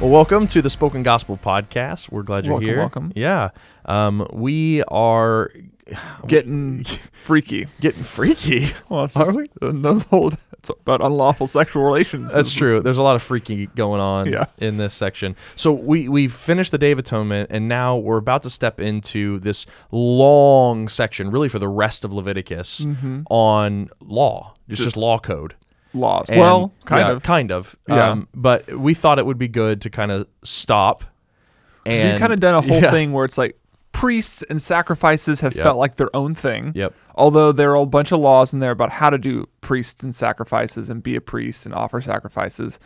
Well, welcome to the Spoken Gospel Podcast. We're glad you're Welcome, here. welcome. Yeah. Um, we are getting freaky. getting freaky. Well, it's just Are we? Another whole. It's about unlawful sexual relations. That's true. There's a lot of freaky going on Yeah. in this section. So we we finished the Day of Atonement, and now we're about to step into this long section, really for the rest of Leviticus, Mm-hmm. on law. It's just law code. Laws. And- well, kind yeah, of. kind of. Yeah. Um, but we thought it would be good to kind of stop. And You've kind of done a whole Yeah. thing where it's like priests and sacrifices have Yep. felt like their own thing. Yep. Although there are a bunch of laws in there about how to do priests and sacrifices and be a priest and offer sacrifices.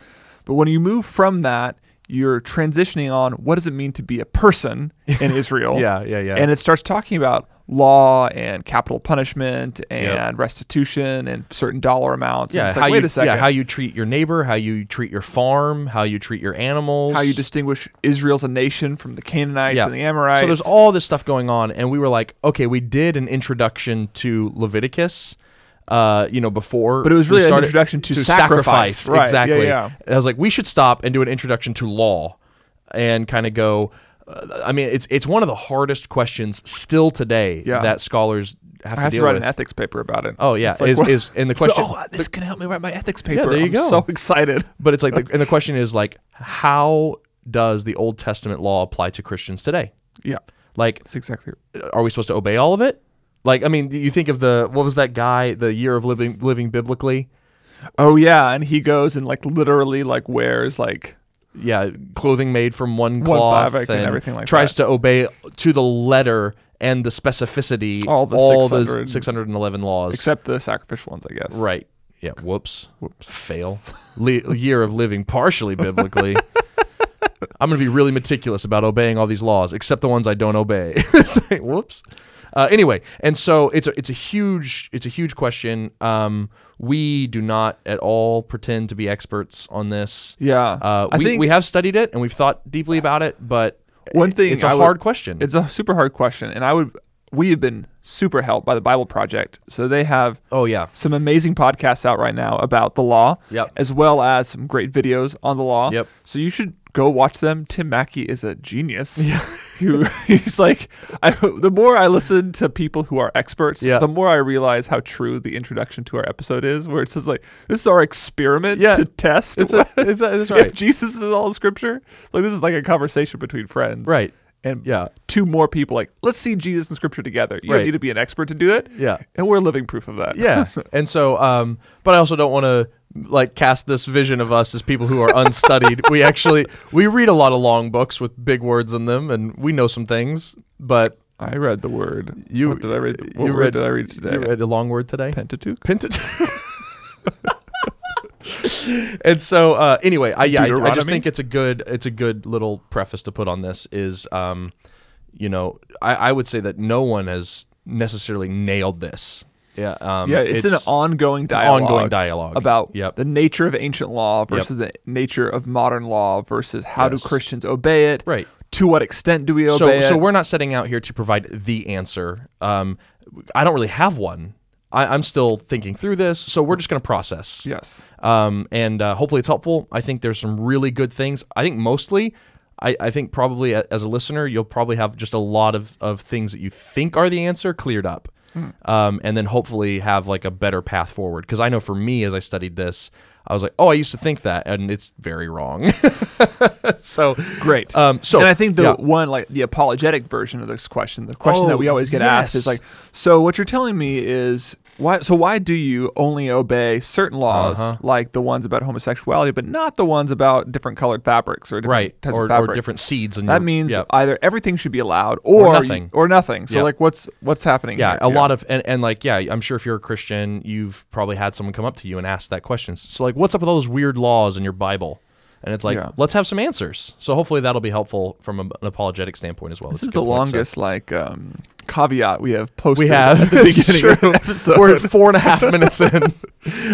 But when you move from that, you're transitioning on what does it mean to be a person in Israel? Yeah, yeah, yeah. And it starts talking about law and capital punishment and restitution and certain dollar amounts. And yeah, it's how like, wait you, a second. yeah, how you treat your neighbor, how you treat your farm, how you treat your animals, how you distinguish Israel as a nation from the Canaanites and the Amorites. So there's all this stuff going on, and we were like, okay, we did an introduction to Leviticus, uh, you know, before, But it was we really an started- introduction to sacrifice. Right, yeah, exactly. yeah. And I was like, we should stop and do an introduction to law, and kind of go. Uh, I mean, it's it's one of the hardest questions still today Yeah. that scholars have I to have deal to write with. an ethics paper about it. oh yeah, It's like, is, what- is and the So, question, oh, this can help me write my ethics paper. there you I'm go. So excited. but it's like, the, and the question is like, how does the Old Testament law apply to Christians today? Yeah, Like, that's exactly. are we supposed to obey all of it? Like, I mean, do you think of the what was that guy? The year of living living biblically. Oh yeah, and he goes and like literally like wears like Yeah, clothing made from one One cloth fabric and everything like tries to obey to the letter and the specificity All the all 600 six hundred and eleven laws. except the sacrificial ones, I guess. right. Yeah. Whoops. Whoops. Fail. Le- year of living partially biblically. I'm gonna be really meticulous about obeying all these laws, except the ones I don't obey. It's like, whoops. Uh, anyway, and so it's a it's a huge it's a huge question. Um, we do not at all pretend to be experts on this. Yeah. Uh, I we, think we have studied it and we've thought deeply about it, but One thing it's a I would- hard question. it's a super hard question, and I would we have been super helped by the Bible Project, so they have oh yeah, some amazing podcasts out right now about the law, Yep. as well as some great videos on the law. Yep. So you should go watch them. Tim Mackey is a genius. Yeah. he's like, I, the more I listen to people who are experts, Yeah. the more I realize how true the introduction to our episode is, where it says like, this is our experiment Yeah. to test It's a- it's a- it's if right. Jesus is all Scripture. Like this is like a conversation between friends. Right. And Yeah. two more people like, let's see Jesus and Scripture together. You Right. don't need to be an expert to do it. Yeah. And we're living proof of that. yeah and so um but i also don't want to like cast this vision of us as people who are unstudied we actually we read a lot of long books with big words in them and we know some things but I read the word. you what did I read? What you read word did I read today? you read a long word today Pentateuch. Pentat- and so uh anyway i yeah I- I, just Deuteronomy? think it's a good it's a good little preface to put on this is um you know i i would say that no one has necessarily nailed this yeah um Yeah, it's, an ongoing an dialogue. ongoing dialogue about yep the nature of ancient law versus the nature of modern law versus how Yes. do Christians obey it? Right. To what extent do we obey so it? so we're not setting out here to provide the answer. Um, I don't really have one. I, I'm still thinking through this, so we're just going to process. yes. Um, and uh, hopefully it's helpful. I think there's some really good things. I think mostly, I, I think probably a- as a listener, you'll probably have just a lot of, of things that you think are the answer cleared up. Hmm. Um, and then hopefully have like a better path forward. Because I know for me, as I studied this, I was like, oh, I used to think that, and it's very wrong. so Great. Um, so and I think the yeah. one like the apologetic version of this question, the question Oh, that we always get asked yes. is like, so what you're telling me is Why? So why do you only obey certain laws Uh-huh. like the ones about homosexuality, but not the ones about different colored fabrics or different right types or, of or fabric? different seeds and that means yeah, either everything should be allowed or you- nothing. or nothing. So Yeah. like, what's what's happening? yeah here? a lot of and, and like yeah i'm sure if you're a christian you've probably had someone come up to you and ask that question so like what's up with all those weird laws in your bible and it's like Yeah. let's have some answers so hopefully that'll be helpful from a- an apologetic standpoint as well This It's a is the good point, so- longest like um, caveat we have posted. we have at the It's beginning of true. an episode. We're at four and a half minutes in.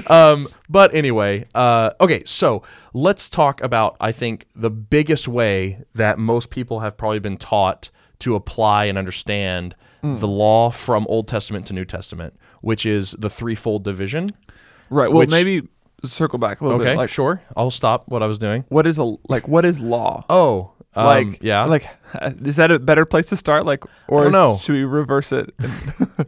Um, but anyway, uh, okay, so let's talk about I think the biggest way that most people have probably been taught to apply and understand Hmm. the law from Old Testament to New Testament, which is the threefold division. right. Well, which- maybe circle back a little Okay, bit. Like, sure. I'll stop what I was doing. what is a like? What is law? Oh, um, like yeah. like uh, is that a better place to start? Like, or don't is- know. should we reverse it? and-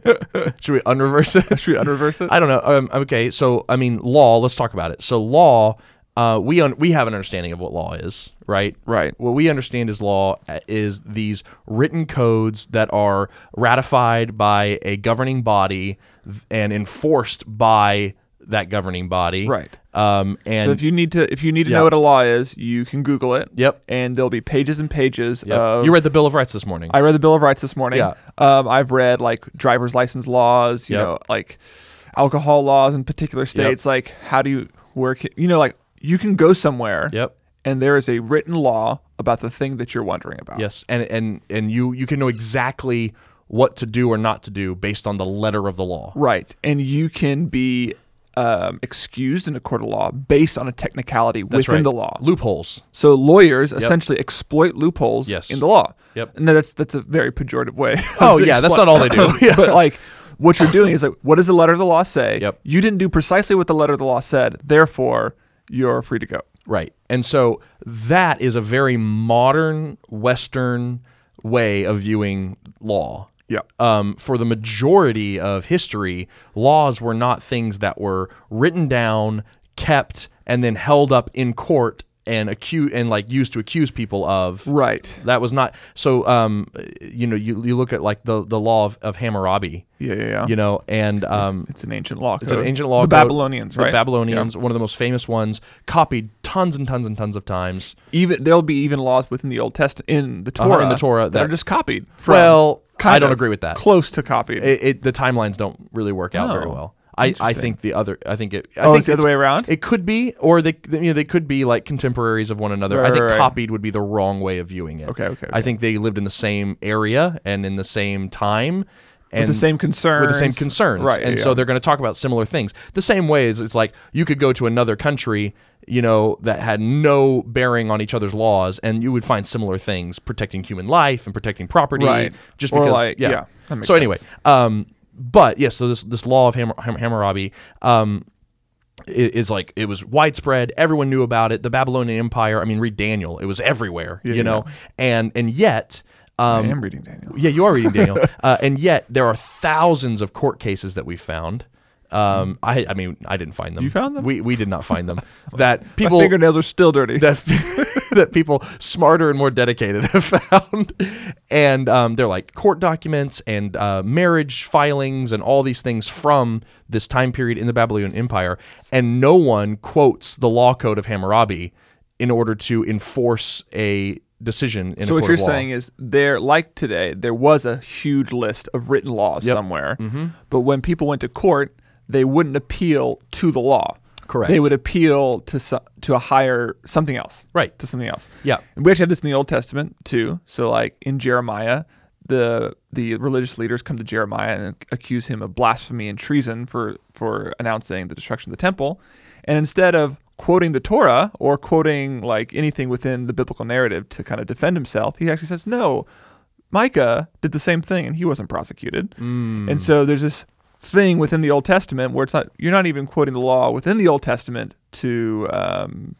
Should we unreverse it? should we unreverse it? I don't know. Um, okay, so I mean, law. Let's talk about it. So law, uh, we un- we have an understanding of what law is, right? Right. What we understand as law uh, is these written codes that are ratified by a governing body th- and enforced by that governing body, Right. Um, and So if you need to if you need to Yeah. know what a law is, you can Google it. Yep. And there'll be pages and pages Yep. of. uh, you read the Bill of Rights this morning. uh, I read the Bill of Rights this morning. Yeah. Um, I've read like driver's license laws. You Yep. know, like alcohol laws in particular states. Like how do you work? You know, like you can go somewhere. yep. And there is a written law about the thing that you're wondering about. Yes, and and and you you can know exactly what to do or not to do based on the letter of the law. Right. And you can be um, excused in a court of law based on a technicality That's within right. the law. Loopholes. So lawyers essentially exploit loopholes Yes. in the law. Yep. And that's that's a very pejorative way. of Oh, to yeah, that's expli- not all they do. Yeah. But like what you're doing is like what does the letter of the law say? Yep. You didn't do precisely what the letter of the law said, therefore you're free to go. Right. And so that is a very modern Western way of viewing law. Yeah. Um, for the majority of history, laws were not things that were written down, kept, and then held up in court and accuse and like used to accuse people of. Right. That was not so. Um, you know, you, you look at like the the law of, of Hammurabi. Yeah, yeah, yeah. You know, and um, it's an ancient law code. it's an ancient law. The code. Babylonians, right? The Babylonians, one of the most famous ones, copied tons and tons and tons of times. even there'll be even laws within the Old Testament in the Torah Uh-huh, in the Torah that, are that- just copied. From, Well, I kind don't of, agree with that. Close to copied. It, it the timelines don't really work out very Oh, well. I, I think the other I think it I oh, think it's the other way around. It could be, or they you know they could be like contemporaries of one another. Right, I think right, right. copied would be the wrong way of viewing it. Okay, okay, I okay. think they lived in the same area and in the same time, and with the same concerns. with the same concerns. Right. And yeah, so yeah. they're going to talk about similar things. The same way is it's like you could go to another country, you know, that had no bearing on each other's laws, and you would find similar things protecting human life and protecting property. Right. Just Or because, like- yeah. yeah, that makes so anyway, sense. um, but yes, so this this law of Hammur- Ham- Hammurabi, um, i- is like it was widespread. Everyone knew about it. The Babylonian Empire. I mean, read Daniel. It was everywhere. you know, and and yet. Um, I am reading Daniel. yeah, you are reading Daniel, uh, and yet there are thousands of court cases that we found. Um, I, I mean, I didn't find them. Hmm. You found them? We, we did not find them. that My people fingernails are still dirty. that that people smarter and more dedicated have found, and um, they're like court documents and uh, marriage filings and all these things from this time period in the Babylonian Empire, and no one quotes the law code of Hammurabi in order to enforce a decision in so a what court you're of law. saying is there, like today, there was a huge list of written laws somewhere, but when people went to court, they wouldn't appeal to the law. Correct. They would appeal to so, to a higher something else. Right. To something else. Yeah. And we actually have this in the Old Testament too. So like in Jeremiah, the the religious leaders come to Jeremiah and accuse him of blasphemy and treason for for announcing the destruction of the temple. And instead of quoting the Torah or quoting like anything within the biblical narrative to kind of defend himself, he actually says, "No, Micah did the same thing and he wasn't prosecuted." And so there's this thing within the Old Testament where it's not you're not even quoting the law within the Old Testament to um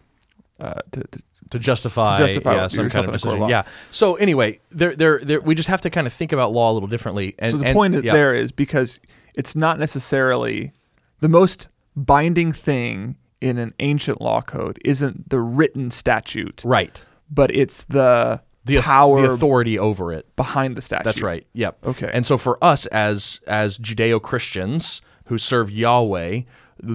uh, to, to to justify, To justify yeah, what- some yourself kind of in a court decision. of law. Yeah. So anyway, there, there, there, we just have to kind of think about law a little differently. And So the and- point is yeah, there is because it's not necessarily the most binding thing in an ancient law code isn't the written statute, right? but it's the, The au- power the authority over it. behind the statute. That's right. Yep. Okay. And so for us as as Judeo Christians who serve Yahweh, th-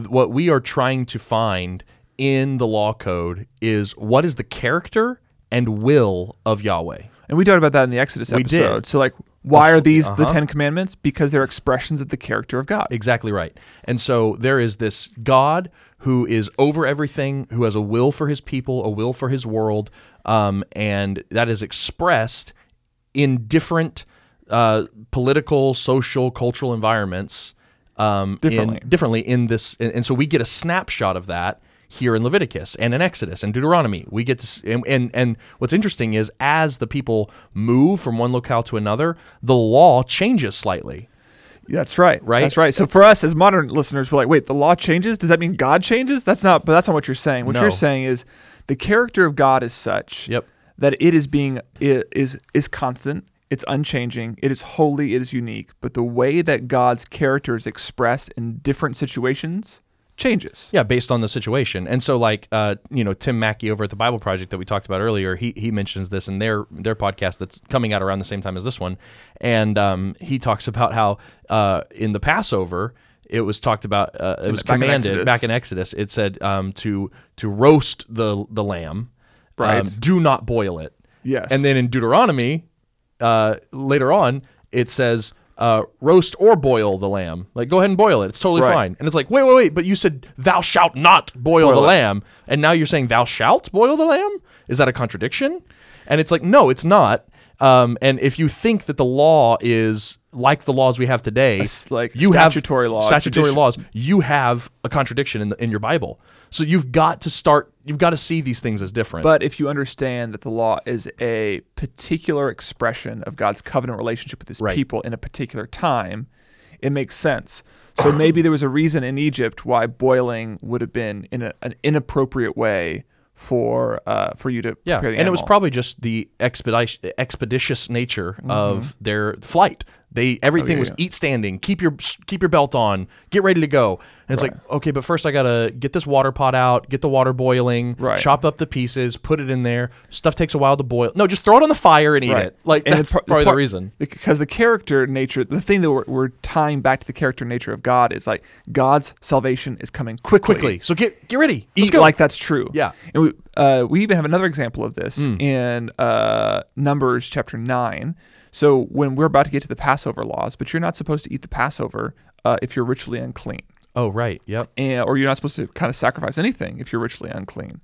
what we are trying to find in the law code is what is the character and will of Yahweh. And we talked about that in the Exodus We did. episode. So like why are these the uh-huh. 10 commandments? Because they're expressions of the character of God. Exactly right. And so there is this God who is over everything, who has a will for his people, a will for his world, um, and that is expressed in different uh, political, social, cultural environments um, in- Differently. differently in this. And, and so we get a snapshot of that here in Leviticus and in Exodus and Deuteronomy. We get to, s- and, and and what's interesting is as the people move from one locale to another, the law changes slightly. That's right. Right? That's right. So for us as modern listeners, we're like, wait, the law changes? Does that mean God changes? That's not but that's not what you're saying. What No. you're saying is the character of God is such Yep. that it is being it is is constant, it's unchanging, it is holy, it is unique, but the way that God's character is expressed in different situations changes. Yeah, based on the situation. And so, like, uh, you know, Tim Mackey over at the Bible Project that we talked about earlier, he he mentions this in their their podcast that's coming out around the same time as this one, and um, he talks about how uh, in the Passover it was talked about. Uh, it was back in commanded Exodus. back in Exodus. It said um, to to roast the the lamb, Right. Um, do not boil it. Yes. And then in Deuteronomy, uh, later on, it says uh, roast or boil the lamb. Like, go ahead and boil it. It's totally Right. fine. And it's like, wait, wait, wait. But you said thou shalt not boil, the it. lamb, and now you're saying thou shalt boil the lamb. Is that a contradiction? And it's like, no, it's not. Um, and if you think that the law is like the laws we have today, It's like you statutory have law, statutory tradition. laws, you have a contradiction in, the, in your Bible. So you've got to start. You've got to see these things as different. But if you understand that the law is a particular expression of God's covenant relationship with his Right. people in a particular time, it makes sense. So maybe there was a reason in Egypt why boiling would have been in a, an inappropriate way for uh, for you to Yeah, prepare the and it was animal. probably just the expeditious, expeditious nature of their flight. They everything yeah, was Mm-hmm. Oh, yeah. eat standing. Keep your keep your belt on. Get ready to go. And it's like, okay, but first I gotta get this water pot out, get the water boiling, Right. chop up the pieces, put it in there. Stuff takes a while to boil. No, just throw it on the fire and eat Right. it. Like And the that's par- the probably par- the reason. because the character nature, the thing that we're, we're tying back to the character nature of God is like God's salvation is coming Quickly, so get get ready. Let's eat go. like that's true. Yeah. Mm. And we, uh, we even have another example of this in uh, Numbers chapter 9. So when we're about to get to the Passover laws, but you're not supposed to eat the Passover uh, if you're ritually unclean. oh right, yep. And, or you're not supposed to kind of sacrifice anything if you're ritually unclean.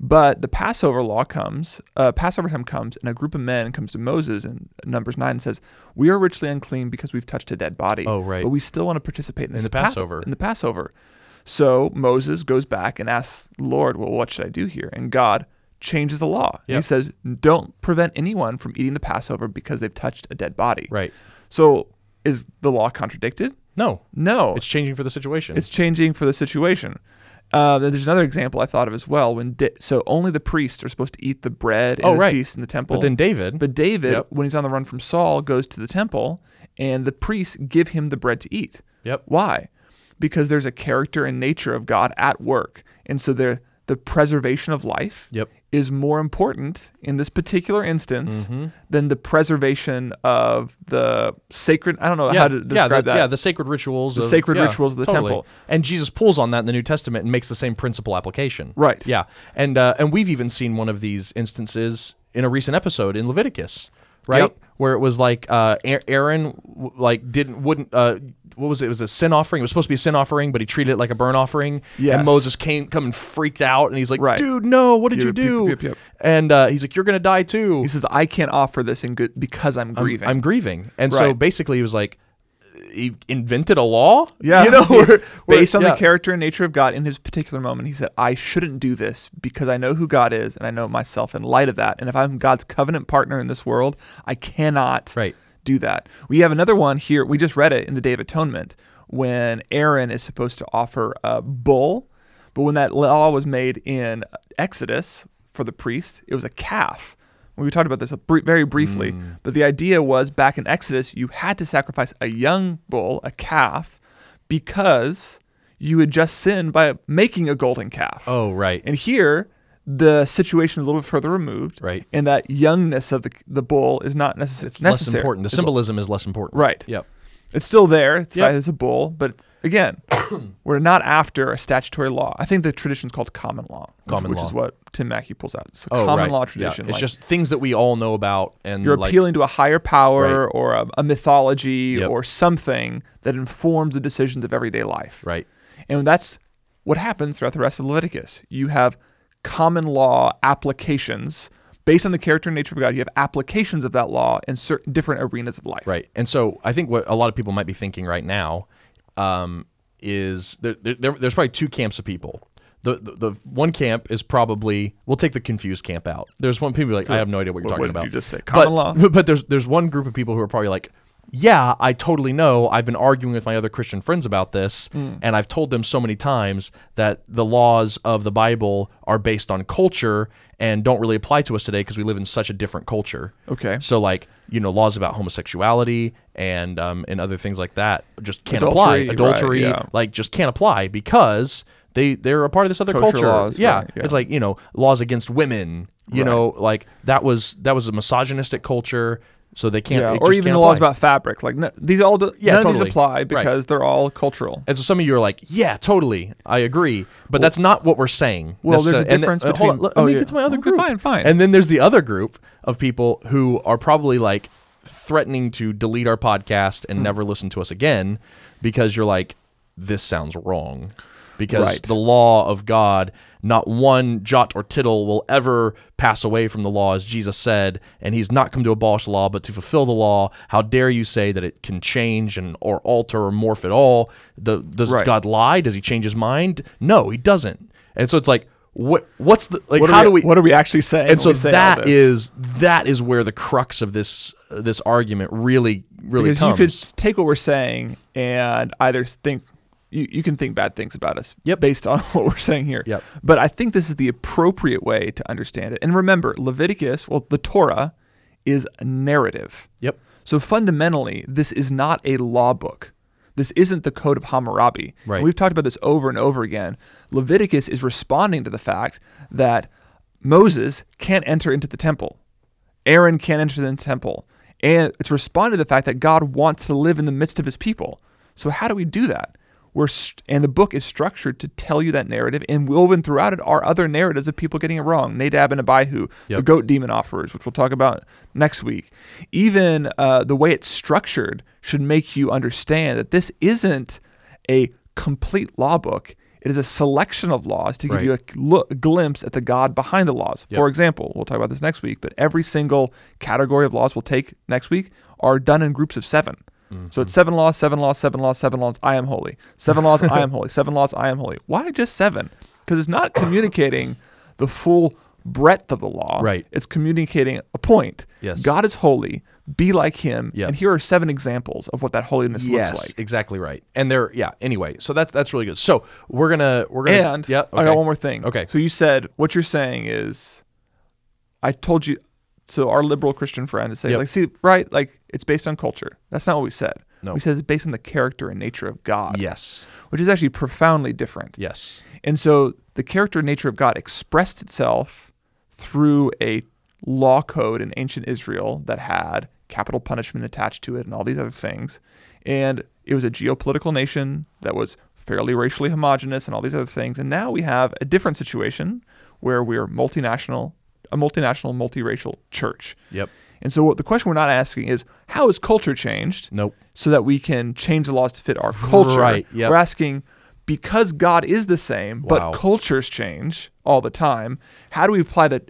But the Passover law comes, uh, Passover time comes, and a group of men comes to Moses in Numbers 9 and says, We are ritually unclean because we've touched a dead body. Oh, right. But we still want to participate in this the Pas- Passover. in the Passover. So Moses goes back and asks, Lord, well, what should I do here? And God changes the law. And he Yep. says, Don't prevent anyone from eating the Passover because they've touched a dead body. Right. So is the law contradicted? No, No. it's changing for the situation. It's changing for the situation. Uh, then there's another example I thought of as well. When da- so only the priests are supposed to eat the bread and Oh, the right. feast in the temple. but then David. But David, Yep. when he's on the run from Saul, goes to the temple, and the priests give him the bread to eat. Yep. Why? Because there's a character and nature of God at work, and so the the preservation of life Yep. is more important in this particular instance Mm-hmm. than the preservation of the sacred. I don't know yeah, how to describe yeah, the, that. yeah, the sacred rituals, the sacred rituals of the temple. and Jesus pulls on that in the New Testament and makes the same principle application. Right. Yeah, and uh, and we've even seen one of these instances in a recent episode in Leviticus, right, Yep. where it was like uh, Aa- Aaron w- like didn't wouldn't. Uh, what was it? It was a sin offering. It was supposed to be a sin offering, but he treated it like a burnt offering. Yes. And Moses came, come and freaked out, and he's like, Right. "Dude, no! What did Yep, you do?" yep, yep, yep. And uh, he's like, "You're gonna die too." He says, "I can't offer this in good because I'm grieving." I'm grieving. And so Right. basically, he was like, he invented a law. yeah, you know, where- where- based on yeah. the character and nature of God in his particular moment, he said, "I shouldn't do this because I know who God is and I know myself in light of that. And if I'm God's covenant partner in this world, I cannot Right. do that." We have another one here. We just read it in the Day of Atonement when Aaron is supposed to offer a bull, but when that law was made in Exodus for the priest, it was a calf. We talked about this a br- very briefly, but the idea was back in Exodus, you had to sacrifice a young bull, a calf, because you had just sinned by making a golden calf. Oh, right. And here, the situation is a little bit further removed, Right. and that youngness of the, the bull is not necess- It's necessary. less important. The symbolism is less important. Right. Yep. It's still there. It's, Yep. it's a bull, but Again, we're not after a statutory law. I think the tradition's called common law, which, Common which is law. what Tim Mackey pulls out. It's a Oh, common right. law Yeah. tradition. It's like, just things that we all know about, and you're like, appealing to a higher power Right. or a, a mythology Yep. or something that informs the decisions of everyday life. Right. And that's what happens throughout the rest of Leviticus. You have common law applications based on the character and nature of God. You have applications of that law in certain different arenas of life. Right. And so I think what a lot of people might be thinking right now um, is there, there, there- there's probably two camps of people. The, the, the one camp is probably we'll take the confused camp out. There's one people like I have no idea what you're What- talking what did about. you just say? Common but, law? But there's there's one group of people who are probably like, yeah, I totally know. I've been arguing with my other Christian friends about this, Hmm. and I've told them so many times that the laws of the Bible are based on culture and don't really apply to us today because we live in such a different culture. Okay. So like you know laws about homosexuality and um, and other things like that just can't Adultery, apply. Adultery, right, yeah. like just can't apply because they they're a part of this other Kosher culture. laws, yeah. right, yeah. it's like you know laws against women. You know like that was that was a misogynistic culture, so they can't. Yeah, it or just even can't the laws apply. about fabric. Like no, these all do, Yeah, none of totally. these apply Right. because they're all cultural. And so some of you are like, yeah, totally, I agree, but that's not what we're saying. Well, there's a necessar- and then- difference uh, hold on, between- let, oh, let me yeah. get to my other Okay, group. fine, fine. And then there's the other group of people who are probably like threatening to delete our podcast Hmm. and never listen to us again because you're like, this sounds wrong. Because Right. the law of God, not one jot or tittle will ever pass away from the law, as Jesus said, and he's not come to abolish the law, but to fulfill the law. How dare you say that it can change and or alter or morph at all? The, does Right. God lie? Does he change his mind? No, he doesn't. And so it's like, what what's the like What how are do we What are we actually saying? and so when we say all that this? is that is where the crux of this this argument really really because comes. you could s- take what we're saying and either s- think you, you can think bad things about us Yep. based on what we're saying here. Yep. But I think this is the appropriate way to understand it. And remember, Leviticus, well, the Torah is a narrative. yep. So fundamentally, this is not a law book. This isn't the Code of Hammurabi. And Right. we've talked about this over and over again. Leviticus is responding to the fact that Moses can't enter into the temple, Aaron can't enter the temple. And it's responding to the fact that God wants to live in the midst of his people. So, how do we do that? We're st- and the book is structured to tell you that narrative, and woven throughout it are other narratives of people getting it wrong. Nadab and Abihu, the Yep. goat goat demon offerers, which we'll talk about next week. Even uh, the way it's structured should make you understand that this isn't a complete law book. It is a selection of laws to give Right. you a look, a glimpse at the God behind the laws. For example, we'll talk about this next week, but every single category of laws we'll take next week are done in groups of 7 So it's seven laws, seven laws, seven laws, seven laws. I am holy. Seven laws. I am holy. Seven laws. I am holy. Why just seven? Because it's not communicating the full breadth of the law. Right. It's communicating a point. Yes. God is holy. Be like him. Yeah. And here are seven examples of what that holiness looks like. exactly right. And they're yeah. Anyway, so that's that's really good. So we're gonna we're gonna And yeah. I okay. got one more thing. Okay. So you said what you're saying is, I told you. So our liberal Christian friend is saying, Yep. like, see, right, like it's based on culture. That's not what we said. No. We said it's based on the character and nature of God, Yes. which is actually profoundly different. Yes. And so the character and nature of God expressed itself through a law code in ancient Israel that had capital punishment attached to it and all these other things. And it was a geopolitical nation that was fairly racially homogenous and all these other things. And now we have a different situation where we're multinational, a multinational, multiracial church. Yep. And so what, the question we're not asking is how has culture changed? Nope. so that we can change the laws to fit our culture. Right, yep. We're asking because God is the same, Wow. but cultures change all the time. How do we apply the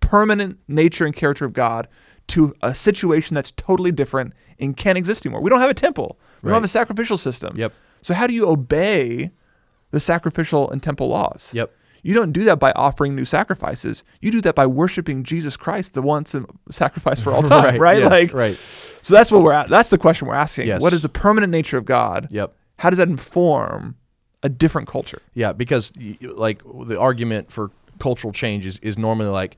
permanent nature and character of God to a situation that's totally different and can't exist anymore? We don't have a temple. We Right. don't have a sacrificial system. Yep. So how do you obey the sacrificial and temple laws? Yep. You don't do that by offering new sacrifices. You do that by worshiping Jesus Christ, the once and sacrifice for all time, right? yes, like right. so that's what we're at. That's the question we're asking. Yes. What is the permanent nature of God? Yep. How does that inform a different culture? Yeah, because y- y- like the argument for cultural change is, is normally like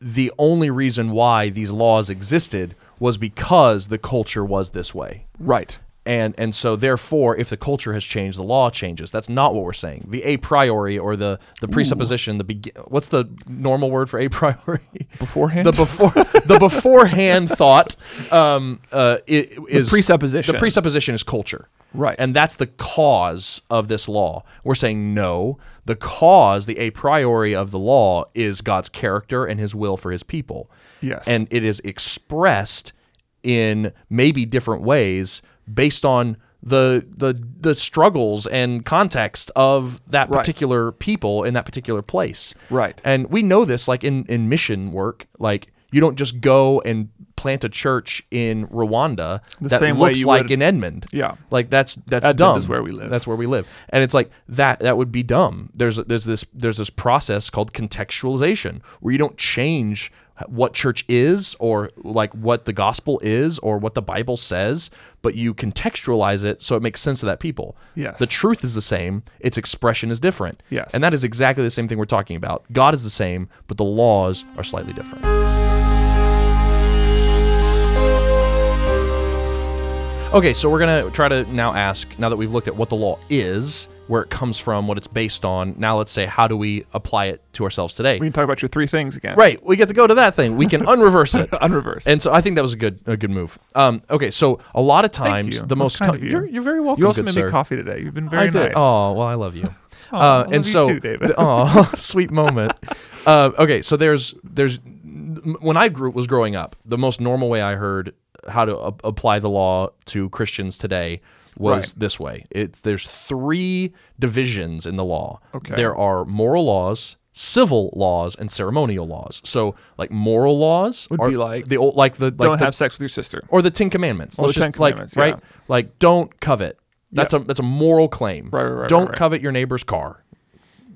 the only reason why these laws existed was because the culture was this way. Right. And and so therefore, if the culture has changed, the law changes. That's not what we're saying. The a priori or the the presupposition, the be- what's the normal word for a priori? beforehand. The before the beforehand thought um, uh, i- is presupposition. The presupposition is culture, Right. And that's the cause of this law. We're saying no. The cause, the a priori of the law, is God's character and His will for His people. Yes. and it is expressed in maybe different ways based on the the the struggles and context of that Right. particular people in that particular place. Right. And we know this like in in mission work, like you don't just go and plant a church in Rwanda that same way looks you like would- in Edmond. Yeah. Like that's that's Edmond dumb. is where we live. That's where we live. And it's like that that would be dumb. There's there's this there's this process called contextualization where you don't change what church is or like what the gospel is or what the Bible says, but you contextualize it so it makes sense to that people. Yes. The truth is the same, its expression is different. Yes. And that is exactly the same thing we're talking about. God is the same, but the laws are slightly different. Okay, so we're gonna try to now ask, now that we've looked at what the law is, where it comes from, what it's based on, now let's say how do we apply it to ourselves today? we can talk about your three things again. right, we get to go to that thing. We can unreverse it. Unreversed. And so I think that was a good a good move. Um, okay, so a lot of times you. the That's most kind of you. are you're very welcome. you also good made sir. me coffee today. You've been I very did. nice. Oh well, I love you. uh, I and love you so, too, David. oh, sweet moment. Uh, okay, so there's there's m- when I grew was growing up, the most normal way I heard how to a- apply the law to Christians today was Right. this way. It there's three divisions in the law. Okay. There are moral laws, civil laws, and ceremonial laws. So like moral laws Would are be like, the old like the like Don't the, have sex with your sister. or the Ten Commandments. Or Let's the Ten just like Commandments, right, yeah. like don't covet. That's a that's a moral claim. Right, right, right, Don't right, right. covet your neighbor's car.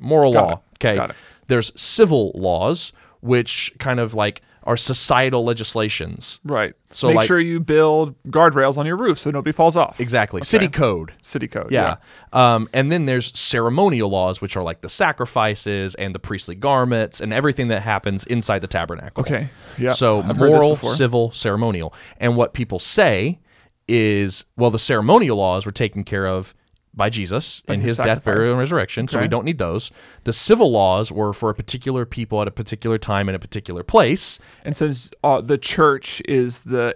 Moral Got law. it, Okay. got it. There's civil laws, which kind of like are societal legislations. Right. So, make like- sure you build guardrails on your roof so nobody falls off. Exactly. City code. City code. Yeah. Um, and then there's ceremonial laws, which are like the sacrifices and the priestly garments and everything that happens inside the tabernacle. Okay. Yeah. So I've heard this moral, before. civil, ceremonial. And what people say is, well, the ceremonial laws were taken care of by Jesus in his, his death, sacrifice. burial, and resurrection, so we Okay. don't need those. The civil laws were for a particular people at a particular time in a particular place. And since uh, the church is the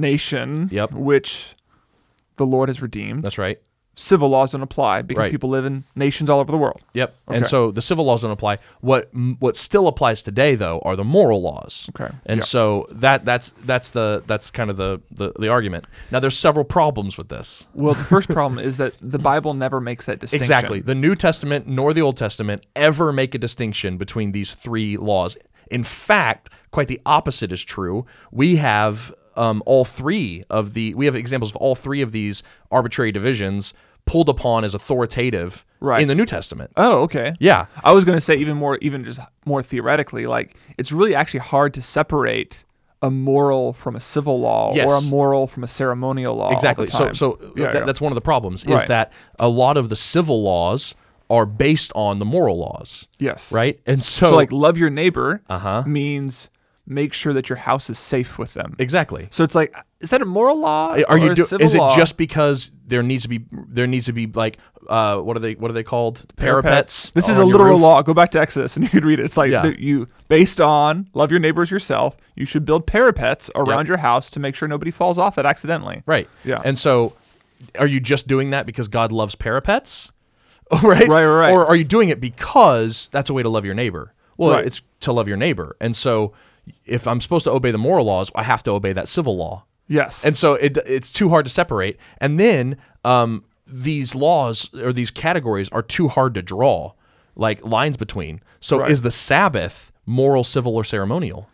nation Yep. which the Lord has redeemed, That's right. civil laws don't apply because Right. people live in nations all over the world. Yep. Okay. And so the civil laws don't apply. What what still applies today though are the moral laws. Okay. And Yeah. so that that's that's the that's kind of the, the the argument. Now there's several problems with this. Well, the first problem is that the Bible never makes that distinction. Exactly. The New Testament nor the Old Testament ever make a distinction between these three laws. In fact, quite the opposite is true. We have um, all three of the we have examples of all three of these arbitrary divisions pulled upon as authoritative Right. in the New Testament. Oh, okay. Yeah. I was going to say even more, even just more theoretically, like it's really actually hard to separate a moral from a civil law Yes. or a moral from a ceremonial law. all the exactly so time. so Yeah, tha- yeah. that's one of the problems is Right. that a lot of the civil laws are based on the moral laws yes, right and so, So like love your neighbor Uh-huh. means make sure that your house is safe with them. exactly So it's like is that a moral law? are or you a do, civil is it law? just because there needs to be there needs to be like uh what are they what are they called parapets, This is on a your literal roof? law. Go back to Exodus and you could read it. It's like Yeah. that you, based on love your neighbors yourself, you should build parapets around your house to make sure nobody falls off it accidentally. right Yeah. and so are you just doing that because god loves parapets right Right, right, right. or are you doing it because that's a way to love your neighbor well Right. it's to love your neighbor and so if i'm supposed to obey the moral laws i have to obey that civil law Yes. and so it, it's too hard to separate. And then um, these laws or these categories are too hard to draw, like lines between. So Right. is the Sabbath moral, civil, or ceremonial?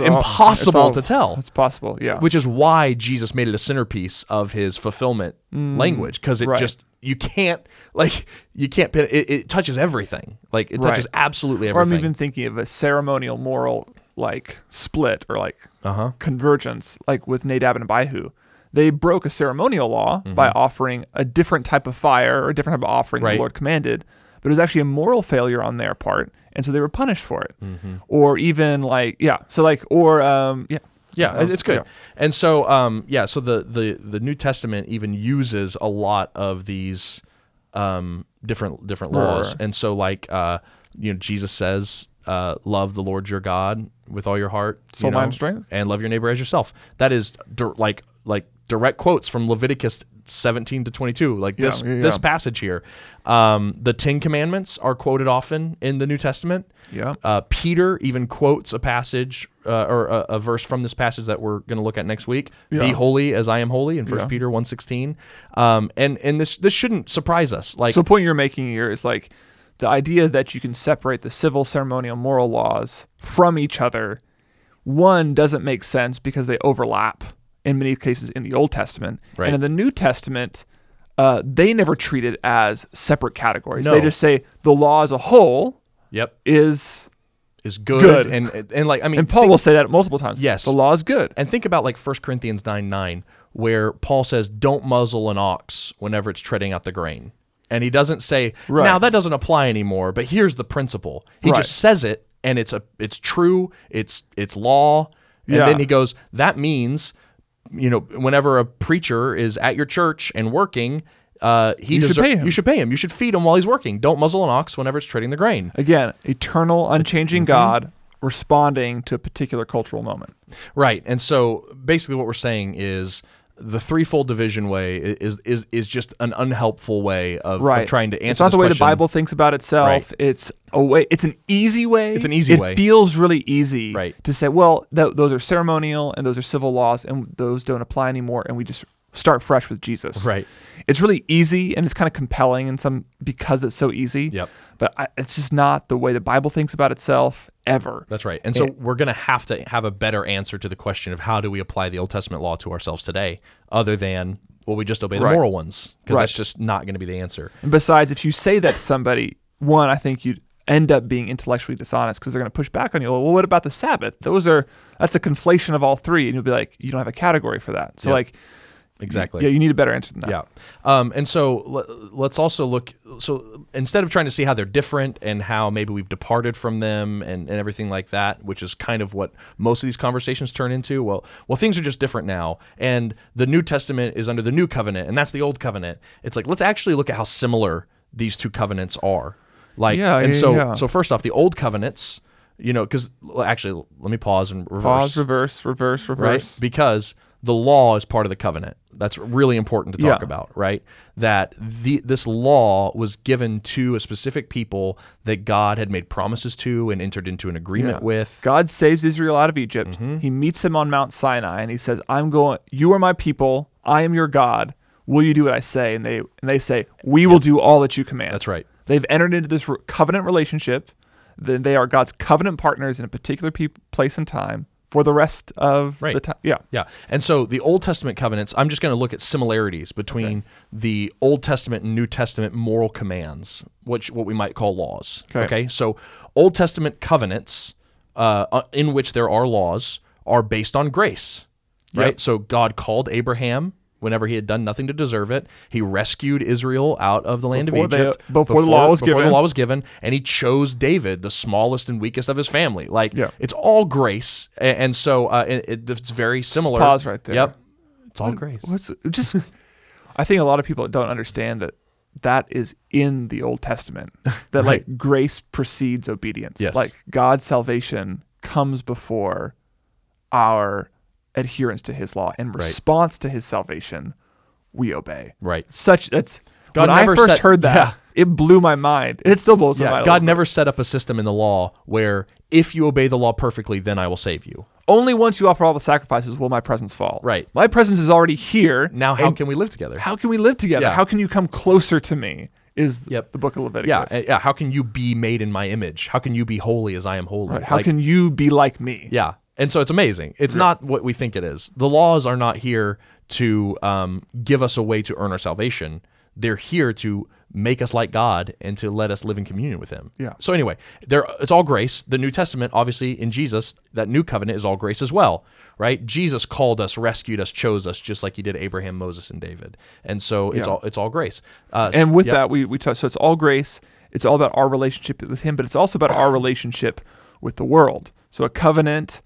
it's impossible to tell. It's possible. Yeah. Which is why Jesus made it a centerpiece of his fulfillment language because it Mm, right. just you can't like you can't pin it, it touches everything like it Right. touches absolutely or I'm everything. even thinking of a ceremonial moral like split or like Uh-huh. convergence, like with Nadab and Abihu. They broke a ceremonial law Mm-hmm. by offering a different type of fire or a different type of offering Right. the Lord commanded, but it was actually a moral failure on their Mm-hmm. part, and so they were punished for it. Or even like yeah, so like or um yeah. Yeah, That was- it's good. yeah. And so, um, yeah, so the, the the New Testament even uses a lot of these um, different different laws. Right. And so, like, uh, you know, Jesus says, uh, "Love the Lord your God with all your heart, you Soul, mind, know, and strength. and love your neighbor as yourself." That is dir- like like direct quotes from Leviticus. 17 to 22 like this yeah, this yeah. passage here um the 10 commandments are quoted often in the new testament Yeah. uh, Peter even quotes a passage uh, or a, a verse from this passage that we're going to look at next week. Be Yeah. holy as I am holy in First Yeah. Peter one sixteen. Um, and and this this shouldn't surprise us. Like So the point you're making here is like the idea that you can separate the civil, ceremonial, moral laws from each other. One doesn't make sense because they overlap in many cases in the Old Testament, Right. and in the New Testament, uh, they never treat it as separate categories. No. They just say the law as a whole yep is, is good, Good. and and, and, like I mean and Paul think- will say that multiple times. Yes. the law is good. and think about like First Corinthians nine nine where Paul says don't muzzle an ox whenever it's treading out the grain, and he doesn't say Right. now that doesn't apply anymore. But here's the principle. He Right. just says it, and it's a it's true. It's it's law. And Yeah. then he goes that means you know, whenever a preacher is at your church and working, uh, he You should deser- pay him. You should pay him. You should feed him while he's working. Don't muzzle an ox whenever it's treading the grain. Again, eternal, unchanging Mm-hmm. God responding to a particular cultural moment. Right. And so basically, what we're saying is the threefold division way i- is is is just an unhelpful way of, of right. trying to answer. It's not this the way question. the Bible thinks about itself. It's a way. It's an easy way. It's an easy it way. feels really easy. Right. To say, well, th- those are ceremonial and those are civil laws, and those don't apply anymore, and we just start fresh with Jesus. Right. It's really easy and it's kind of compelling in some because it's so easy. Yep. But I, it's just not the way the Bible thinks about itself ever. That's right. And so we're going to have to have a better answer to the question of how do we apply the Old Testament law to ourselves today, other than well, we just obey the Right. moral ones because Right. that's just not going to be the answer. And besides, if you say that to somebody, one, I think you'd end up being intellectually dishonest because they're going to push back on you. Well, what about the Sabbath? Those are that's a conflation of all three, and you'll be like, you don't have a category for that. So Yep. like, Exactly. yeah, you need a better answer than that. Yeah. Um, and so le- let's also look. So instead of trying to see how they're different and how maybe we've departed from them and, and everything like that, which is kind of what most of these conversations turn into, well, well, things are just different now. And the New Testament is under the New Covenant, and that's the Old Covenant. It's like, let's actually look at how similar these two covenants are. Like, Yeah, and yeah, so, yeah. so first off, the Old Covenants, you know, because actually, let me pause and reverse Pause, reverse, reverse, reverse. right? Because the law is part of the covenant. That's really important to talk Yeah. about, right? That the this law was given to a specific people that God had made promises to and entered into an agreement Yeah. with. God saves Israel out of Egypt. Mm-hmm. He meets him on Mount Sinai, and he says, "I'm going. You are my people. I am your God. Will you do what I say?" And they and they say, "We will do all that you command." That's right. They've entered into this re- covenant relationship. Then they are God's covenant partners in a particular peop place and time for the rest of Right. the time. Yeah. Yeah. And so the Old Testament covenants, I'm just going to look at similarities between the Old Testament and New Testament moral commands, which what we might call laws. Okay. So Old Testament covenants uh, uh, in which there are laws are based on grace, right? Yep. So God called Abraham whenever he had done nothing to deserve it. He rescued Israel out of the land Before of they- Egypt before the law was before the given. law was given, and he chose David, the smallest and weakest of his family. Like Yeah. it's all grace, A- and, so uh, it, it- it's very similar. pause right there. Yep, it's all grace. What's just? I think a lot of people don't understand that that is in the Old Testament. That like grace precedes obedience. Yes. Like God's salvation comes before our adherence to His law. In response to His salvation, we obey. Right. Such that's God when I never first set- heard that, yeah. it blew my mind. It still blows my Yeah, mind. a God little never set up a system in the law where if you obey the law perfectly, then I will save you. only once you offer all the sacrifices will my presence fall. Right. My presence is already here. Now, how and can we live together? how can we live together? Yeah. How can you come closer to me? Is th- Yep. the book of Leviticus. Yeah, uh, yeah. How can you be made in my image? How can you be holy as I am holy? How Like, can you be like me? Yeah. And so it's amazing. It's not what we think it is. The laws are not here to um, give us a way to earn our salvation. They're here to make us like God and to let us live in communion with Him. Yeah. So anyway, there it's all grace. The New Testament, obviously, in Jesus, that new covenant is all grace as well, right? Jesus called us, rescued us, chose us, just like He did Abraham, Moses, and David. And so it's Yeah. all it's all grace. Uh, And with yep. that, we, we touch. So it's all grace. It's all about our relationship with Him, but it's also about our relationship with the world. So a covenant,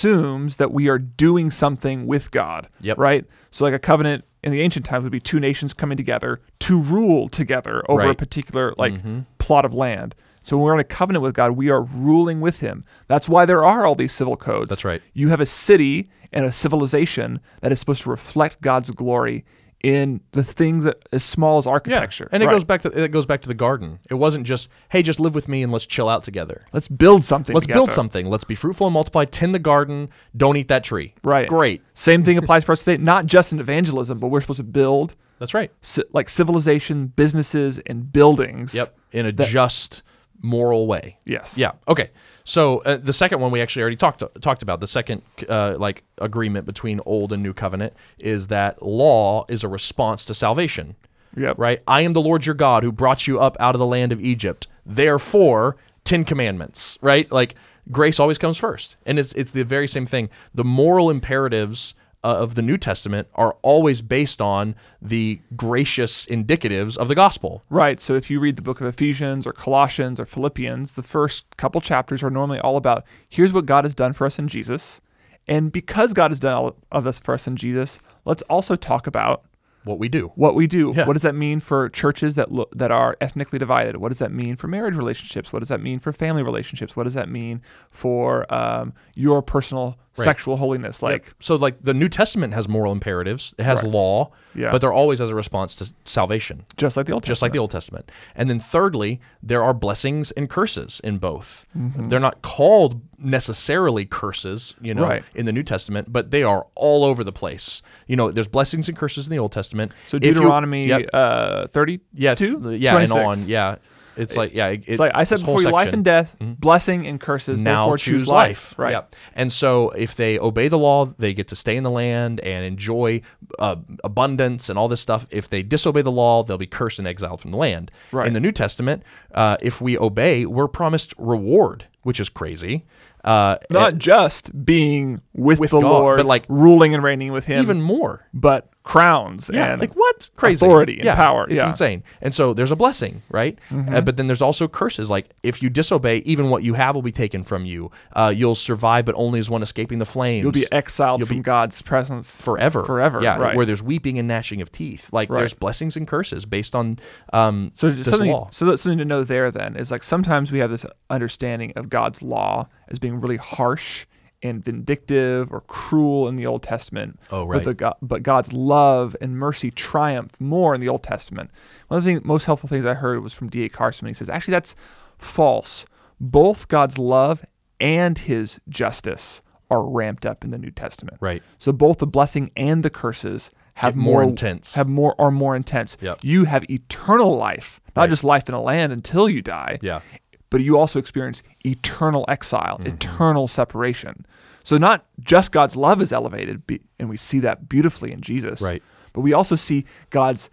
assumes that we are doing something with God. Yep. Right? So, like a covenant in the ancient times would be two nations coming together to rule together over a Right. Mm-hmm. particular like plot of land. So when we're in a covenant with God, we are ruling with Him. That's why there are all these civil codes. That's right. You have a city and a civilization that is supposed to reflect God's glory in the things that as small as architecture. and it Right. goes back to it goes back to the garden. It wasn't just hey, just live with me and let's chill out together. Let's build something. Let's build together. something. Let's be fruitful and multiply. Tend the garden. Don't eat that tree. Right. Great. Same thing applies for us today, not just in evangelism, but we're supposed to build That's right. ci- like civilization, businesses, and buildings. Yep. In a just moral way. Yes. Yeah. Okay. So uh, the second one we actually already talked talked about the second uh, like agreement between old and new covenant is that law is a response to salvation. Yep. Right. I am the Lord your God who brought you up out of the land of Egypt. Therefore, Ten Commandments. Right. Like grace always comes first, and it's it's the very same thing. The moral imperatives uh, of the New Testament are always based on the gracious indicatives of the gospel. Right. So if you read the book of Ephesians or Colossians or Philippians, the first couple chapters are normally all about here's what God has done for us in Jesus. And because God has done all of this for us in Jesus, let's also talk about What we do. what we do. Yeah. What does that mean for churches that lo- that are ethnically divided? What does that mean for marriage relationships? What does that mean for family relationships? What does that mean for um, your personal sexual holiness? Like, so like the New Testament has moral imperatives. It has law, Yeah. but they're always as a response to s- salvation, just like the Old just like the Old Testament. And then thirdly, there are blessings and curses in both. Mm-hmm. They're not called necessarily curses, you know, Right. in the New Testament, but they are all over the place. You know, there's blessings and curses in the Old Testament. So If you- Deuteronomy yep, uh, 30, yeah, two? th- yeah, and 26. on, yeah. It's like yeah, it- It's like I said this whole before you, life section. Mm-hmm. and death, blessing and curses. now therefore choose, choose life. Right. Yep. And so if they obey the law, they get to stay in the land and enjoy uh, abundance and all this stuff. If they disobey the law, they'll be cursed and exiled from the land. Right. In the New Testament, uh, if we obey, we're promised reward, which is crazy. Uh, Not just being with, With the God, Lord, but like- ruling and reigning with Him, even more. but crowns Yeah, and like what crazy authority and Yeah, power. It's yeah. Mm-hmm. insane. And so there's a blessing, right? Uh, but then there's also curses. Like if you disobey, even what you have will be taken from you. Uh, you'll survive, but only as one escaping the flames. You'll be exiled from God's presence forever. Forever. Yeah. Right. Where there's weeping and gnashing of teeth. Like there's blessings and curses based on um So this something, law. so that's something to know there then is like sometimes we have this understanding of God's law as being really harsh and vindictive or cruel in the Old Testament. Oh, But, right. the God, but God's love and mercy triumph more in the Old Testament. One of the things, most helpful things I heard was from D.A. Carson. He says, actually, that's false. Both God's love and his justice are ramped up in the New Testament. Right. So both the blessing and the curses have Get more intense. Have more are more intense. Yep. You have eternal life, not Right. just life in a land until you die. Yeah. But you also experience eternal exile, Mm-hmm. eternal separation. So not just God's love is elevated, be- and we see that beautifully in Jesus. Right. But we also see God's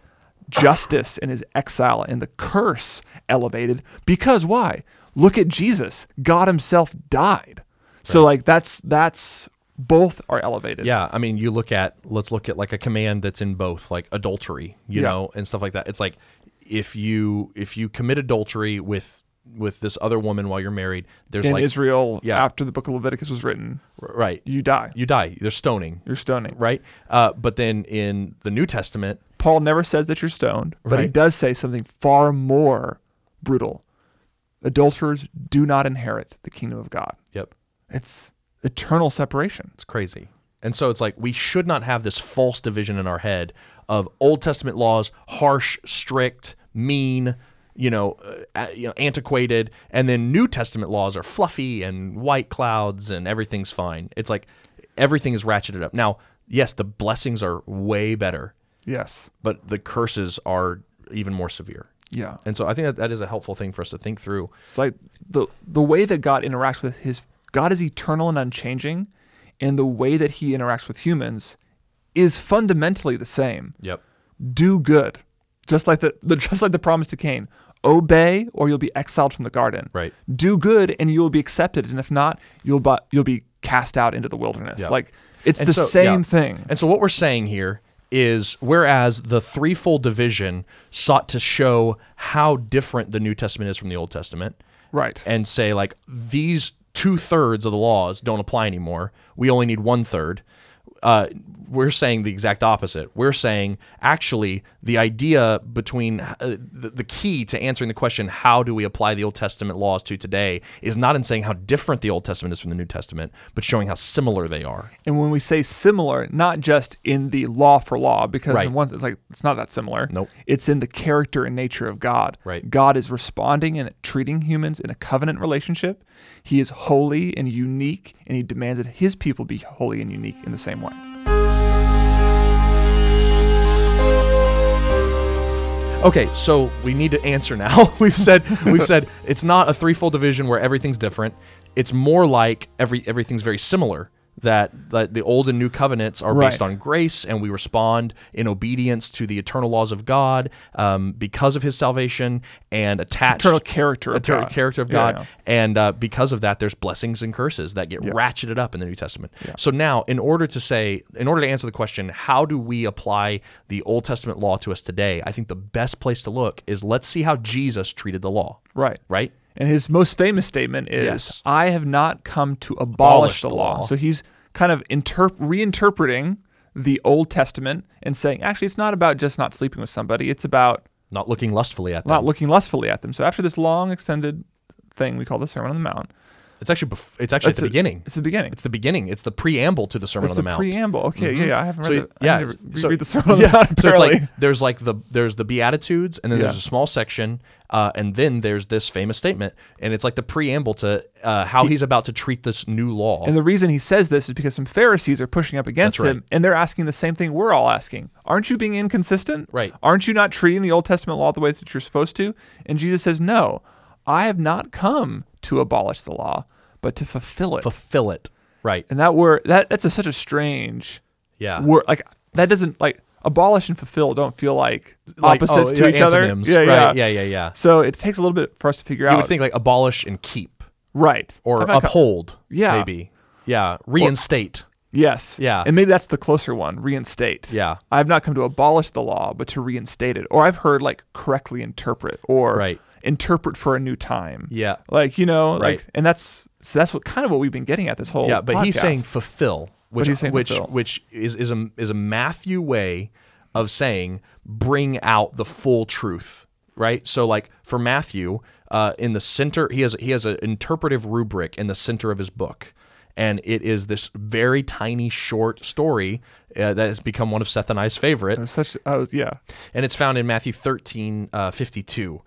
justice and his exile and the curse elevated because why? Look at Jesus. God himself died. So like that's that's both are elevated. Yeah. I mean, you look at let's look at like a command that's in both, like adultery, you Yeah. know, and stuff like that. It's like if you if you commit adultery with with this other woman while you're married, there's in like Israel yeah. after the book of Leviticus was written, right. you die. You die. There's stoning. You're stoning. Right. Uh, but then in the New Testament, Paul never says that you're stoned, but he Right. does say something far more brutal. Adulterers do not inherit the kingdom of God. yep, It's eternal separation. It's crazy. And so it's like we should not have this false division in our head of Old Testament laws, harsh, strict, mean, you know, uh, a- you know, antiquated, and then New Testament laws are fluffy and white clouds and everything's fine. It's like everything is ratcheted up. Now, yes, the blessings are way better, Yes. but the curses are even more severe. Yeah. And so I think that that is a helpful thing for us to think through. It's like the the way that God interacts with his God is eternal and unchanging, and the way that he interacts with humans is fundamentally the same. Yep. do good, just like the, the just like the promise to Cain. Obey, or you'll be exiled from the garden. Right. Do good, and you'll be accepted. And if not, you'll bu- you'll be cast out into the wilderness. Yeah. Like it's And the so- same yeah. thing. And so what we're saying here is whereas the threefold division sought to show how different the New Testament is from the Old Testament Right. and say like these two thirds of the laws don't apply anymore. We only need one third. Uh, we're saying the exact opposite. We're saying actually the idea between uh, the, the key to answering the question, how do we apply the Old Testament laws to today, is not in saying how different the Old Testament is from the New Testament, but showing how similar they are. And when we say similar, not just in the law for law, because Right. in one, it's like it's not that similar. Nope. It's in the character and nature of God. Right. God is responding and treating humans in a covenant relationship. He is holy and unique, and he demands that his people be holy and unique in the same way. Okay, so we need to answer now. we've said we've said it's not a threefold division where everything's different. It's more like every everything's very similar. That, that the old and new covenants are based Right. on grace, and we respond in obedience to the eternal laws of God um, because of His salvation and attached Eternal character of eternal God. character of Yeah, God, yeah. and uh, because of that, there's blessings and curses that get ratcheted up in the New Testament. So now, in order to say, in order to answer the question, how do we apply the Old Testament law to us today? I think the best place to look is let's see how Jesus treated the law. Right. Right. And his most famous statement is, Yes. "I have not come to Abolish abolish, the, the law. law. So he's kind of interp- reinterpreting the Old Testament and saying, actually, it's not about just not sleeping with somebody; it's about Not looking lustfully at them. not looking lustfully at them. So after this long extended thing, we call the Sermon on the Mount. It's actually bef- it's actually at It's the a- beginning. It's the beginning. It's the beginning. It's the preamble to the Sermon It's on the, the Mount. Mm-hmm. preamble. Okay, yeah, yeah, I haven't read So it. I yeah, need to re- so- read the Sermon on yeah. the Mount. So it's Apparently. like there's like the there's the Beatitudes, and then there's Yeah. a small section, uh, and then there's this famous statement, and it's like the preamble to uh, how he's about to treat this new law. And the reason he says this is because some Pharisees are pushing up against That's right. him and they're asking the same thing we're all asking. Aren't you being inconsistent? Right. Aren't you not treating the Old Testament law the way that you're supposed to? And Jesus says, No, I have not come to abolish the law, but to fulfill it. Fulfill it, right? and that word that that's a, such a strange Yeah. word like that doesn't like abolish and fulfill don't feel like, Like, oh, opposites to yeah, each other. antonyms, Yeah, right, yeah, yeah. yeah, yeah. So it takes a little bit for us to figure You out would think like abolish and keep, right. or I've not come- uphold, Yeah. maybe, yeah, reinstate. Yes. Yeah. And maybe that's the closer one, reinstate. Yeah. I have not come to abolish the law, but to reinstate it. Or I've heard like correctly interpret or Right. interpret for a new time. Yeah. Like, you know, like Right. and that's so that's what kind of what we've been getting at this whole Yeah, but he's podcast. saying fulfill, which he's saying which fulfill. which is is a is a Matthew way of saying bring out the full truth, right? So like for Matthew, uh, in the center, he has he has an interpretive rubric in the center of his book. And it is this very tiny, short story uh, that has become one of Seth and I's favorite such I was yeah. and it's found in Matthew 13, uh, 52.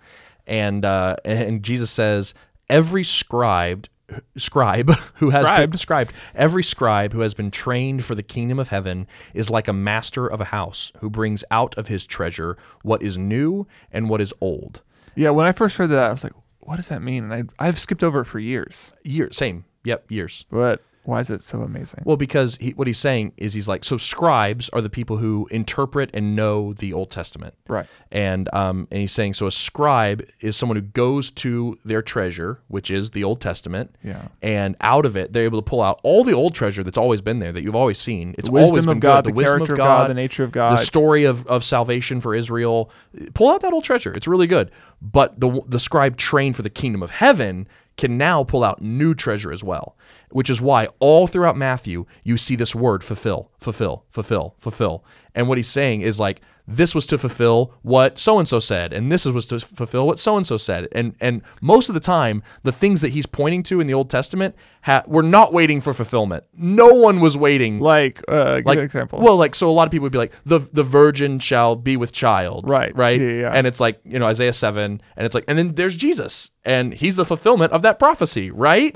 And, uh, and Jesus says, every scribed, scribe who has Scribed. been scribed, every scribe who has been trained for the kingdom of heaven is like a master of a house who brings out of his treasure what is new and what is old. Yeah, when I first read that I was like, what does that mean? And I I've skipped over it for years. Year, same. Yep, years. But why is it so amazing? Well, because he, what he's saying is he's like, so scribes are the people who interpret and know the Old Testament. Right. And um, and he's saying so a scribe is someone who goes to their treasure, which is the Old Testament. Yeah. And out of it, they're able to pull out all the old treasure that's always been there that you've always seen. It's The wisdom always been of God, good. the wisdom character of of God, God, the nature of God. the story of, of salvation for Israel. Pull out that old treasure; it's really good. But the the scribe trained for the kingdom of heaven can now pull out new treasure as well, which is why all throughout Matthew you see this word fulfill, fulfill, fulfill, fulfill. And what he's saying is like this was to fulfill what so and so said, and this was to fulfill what so and so said. And and most of the time, the things that he's pointing to in the Old Testament ha- were not waiting for fulfillment. No one was waiting Like uh give an example. well, like so, a lot of people would be like, "the the virgin shall be with child," Right. Right. Yeah, yeah, yeah. And it's like you know Isaiah seven, and it's like, and then there's Jesus, and he's the fulfillment of that prophecy, right?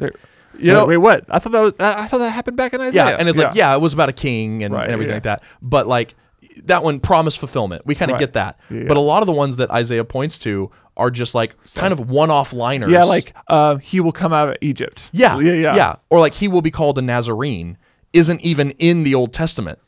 you know, wait, what? I thought that was, I I thought that happened back in Isaiah. yeah, and it's like, yeah, it was about a king and, Right, and everything yeah. like that, but like that one promised fulfillment. We kind of Right. get that, Yeah. but a lot of the ones that Isaiah points to are just like kind of one-off liners. Yeah, like uh, he will come out of Egypt. yeah, yeah, yeah, or like he will be called a Nazarene isn't even in the Old Testament.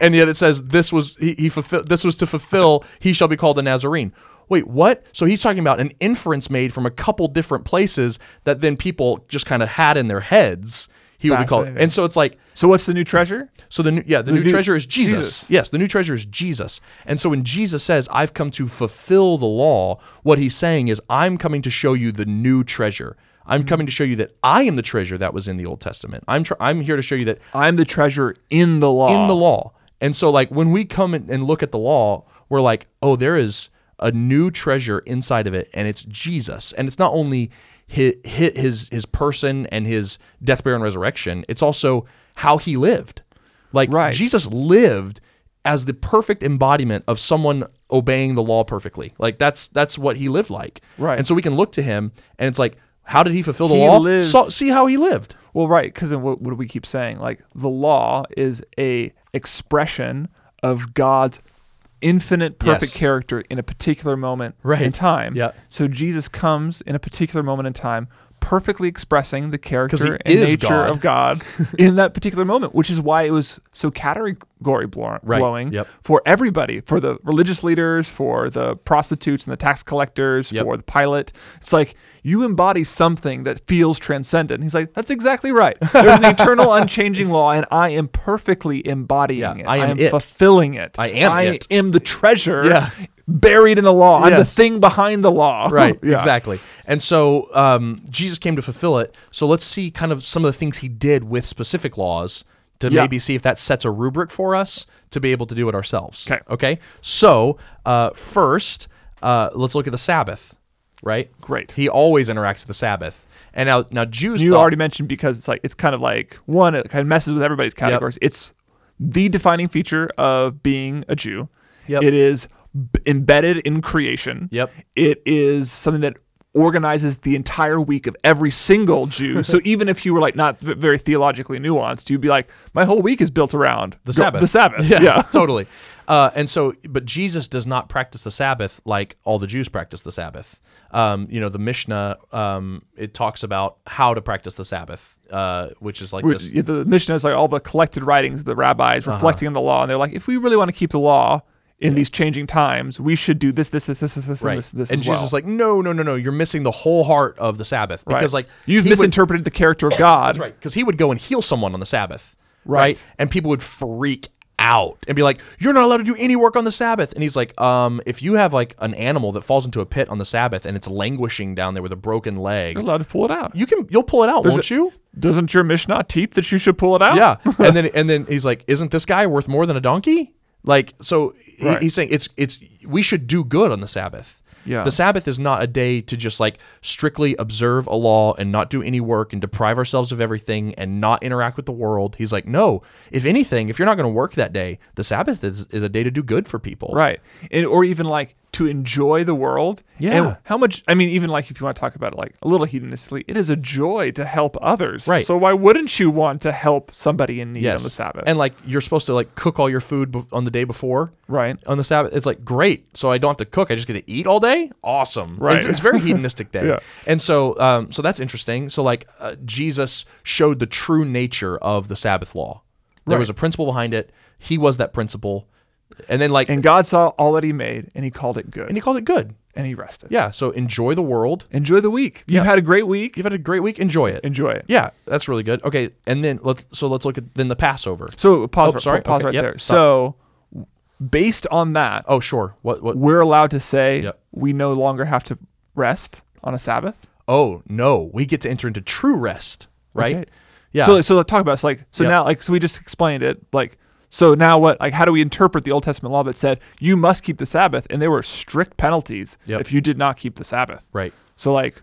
and yet it says this was he, he fulfill this was to fulfill he shall be called a Nazarene. Wait, what? So he's talking about an inference made from a couple different places that then people just kind of had in their heads. He will be called, Fascinating. and so it's like So what's the new treasure? so the new, yeah, the, new, new- treasure is Jesus. Jesus. Yes, the new treasure is Jesus. And so when Jesus says, "I've come to fulfill the law," what he's saying is, "I'm coming to show you the new treasure. I'm coming to show you that I am the treasure that was in the Old Testament. I'm tr- I'm here to show you that I'm the treasure in the law. in the law. And so, like, when we come and- and look at the law, we're like, oh, there is a new treasure inside of it, and it's Jesus. And it's not only his his his person and his death, burial, and resurrection; it's also how he lived. Like, Right. Jesus lived as the perfect embodiment of someone obeying the law perfectly. Like, that's that's what he lived like. Right. And so we can look to him, and it's like, how did he fulfill the He law? lived- So- see how he lived. Well, right, because what, what do we keep saying? Like the law is a expression of God's infinite perfect Yes. character in a particular moment Right. in time. Yeah. So Jesus comes in a particular moment in time, perfectly expressing the character and is nature God. of God in that particular moment, which is why it was so category blo- Right. blowing Yep. for everybody, for the religious leaders, for the prostitutes and the tax collectors, Yep. for the pilot. It's like you embody something that feels transcendent. And he's like, that's exactly right. There's an eternal, unchanging law, and I am perfectly embodying Yeah, it. I am it. fulfilling it. I am I it." am the treasure Yeah. buried in the law. I'm the Yes. thing behind the law. right Yeah. exactly and so um, jesus came to fulfill it so let's see kind of some of the things he did with specific laws to Yeah. maybe see if that sets a rubric for us to be able to do it ourselves 'Kay. okay so uh, first uh, let's look at the sabbath right Great. he always interacts with the sabbath and now now jews You thought- already mentioned because it's like, it's kind of like one, it kind of messes with everybody's categories. It's the defining feature of being a Jew. Yep. It is b- embedded in creation. Yep. It is something that organizes the entire week of every single Jew. so even if you were like not v- very theologically nuanced, you'd be like, my whole week is built around the go- Sabbath. The Sabbath. Yeah. Yeah, totally. Uh, and so, but Jesus does not practice the Sabbath like all the Jews practice the Sabbath. Um, you know, the Mishnah um, it talks about how to practice the Sabbath, uh, which is like Which- this. yeah, The Mishnah is like all the collected writings of the rabbis Uh-huh. reflecting on the law, and they're like, if we really want to keep the law in these changing times, we should do this, this, this, this, this, this, Right. and this, this and as Jesus well. is like, no, no, no, no. You're missing the whole heart of the Sabbath Right. because, like, you've he would- misinterpreted the character of God. That's right. Because he would go and heal someone on the Sabbath. Right. Right. And people would freak out and be like, You're not allowed to do any work on the Sabbath. And he's like, Um, if you have like an animal that falls into a pit on the Sabbath and it's languishing down there with a broken You're leg, allowed to pull it out. you can you'll pull it out, a- won't you? Doesn't your Mishnah teach that you should pull it out? Yeah. and then and then he's like, Isn't this guy worth more than a donkey? Like, so he- Right. he's saying it's it's we should do good on the Sabbath. Yeah. The Sabbath is not a day to just like strictly observe a law and not do any work and deprive ourselves of everything and not interact with the world. He's like, no, if anything, if you're not going to work that day, the Sabbath is, is a day to do good for people. Right. And or even like to enjoy the world. Yeah. And how much I mean, even like if you want to talk about it like a little hedonistically, it is a joy to help others. Right. So why wouldn't you want to help somebody in need Yes. on the Sabbath? And like you're supposed to like cook all your food bef- on the day before. right. on the Sabbath. It's like great, so I don't have to cook. I just get to eat all day. Awesome, Right. It's, it's very hedonistic day, Yeah. and so um, so that's interesting. So like uh, Jesus showed the true nature of the Sabbath law. There was a principle behind it. He was that principle, and then like and, And God saw all that he made and he called it good. And he called it good. he, rested. Yeah. So enjoy the world. Enjoy the week. You've had a great week. You've had a great week. Enjoy it. Enjoy it. Yeah, that's really good. Okay, and then let's so let's look at then the Passover. So pause, Oh, sorry. pause Okay, right yep. there. So based on that, Oh sure. What what? we're allowed to say Yep. we no longer have to rest on a Sabbath. Oh no, we get to enter into true rest, right? Okay. Yeah. So so let's talk about it. so like so Yeah. now like so we just explained it like so now what like how do we interpret the Old Testament law that said you must keep the Sabbath and there were strict penalties Yep. if you did not keep the Sabbath. right. So like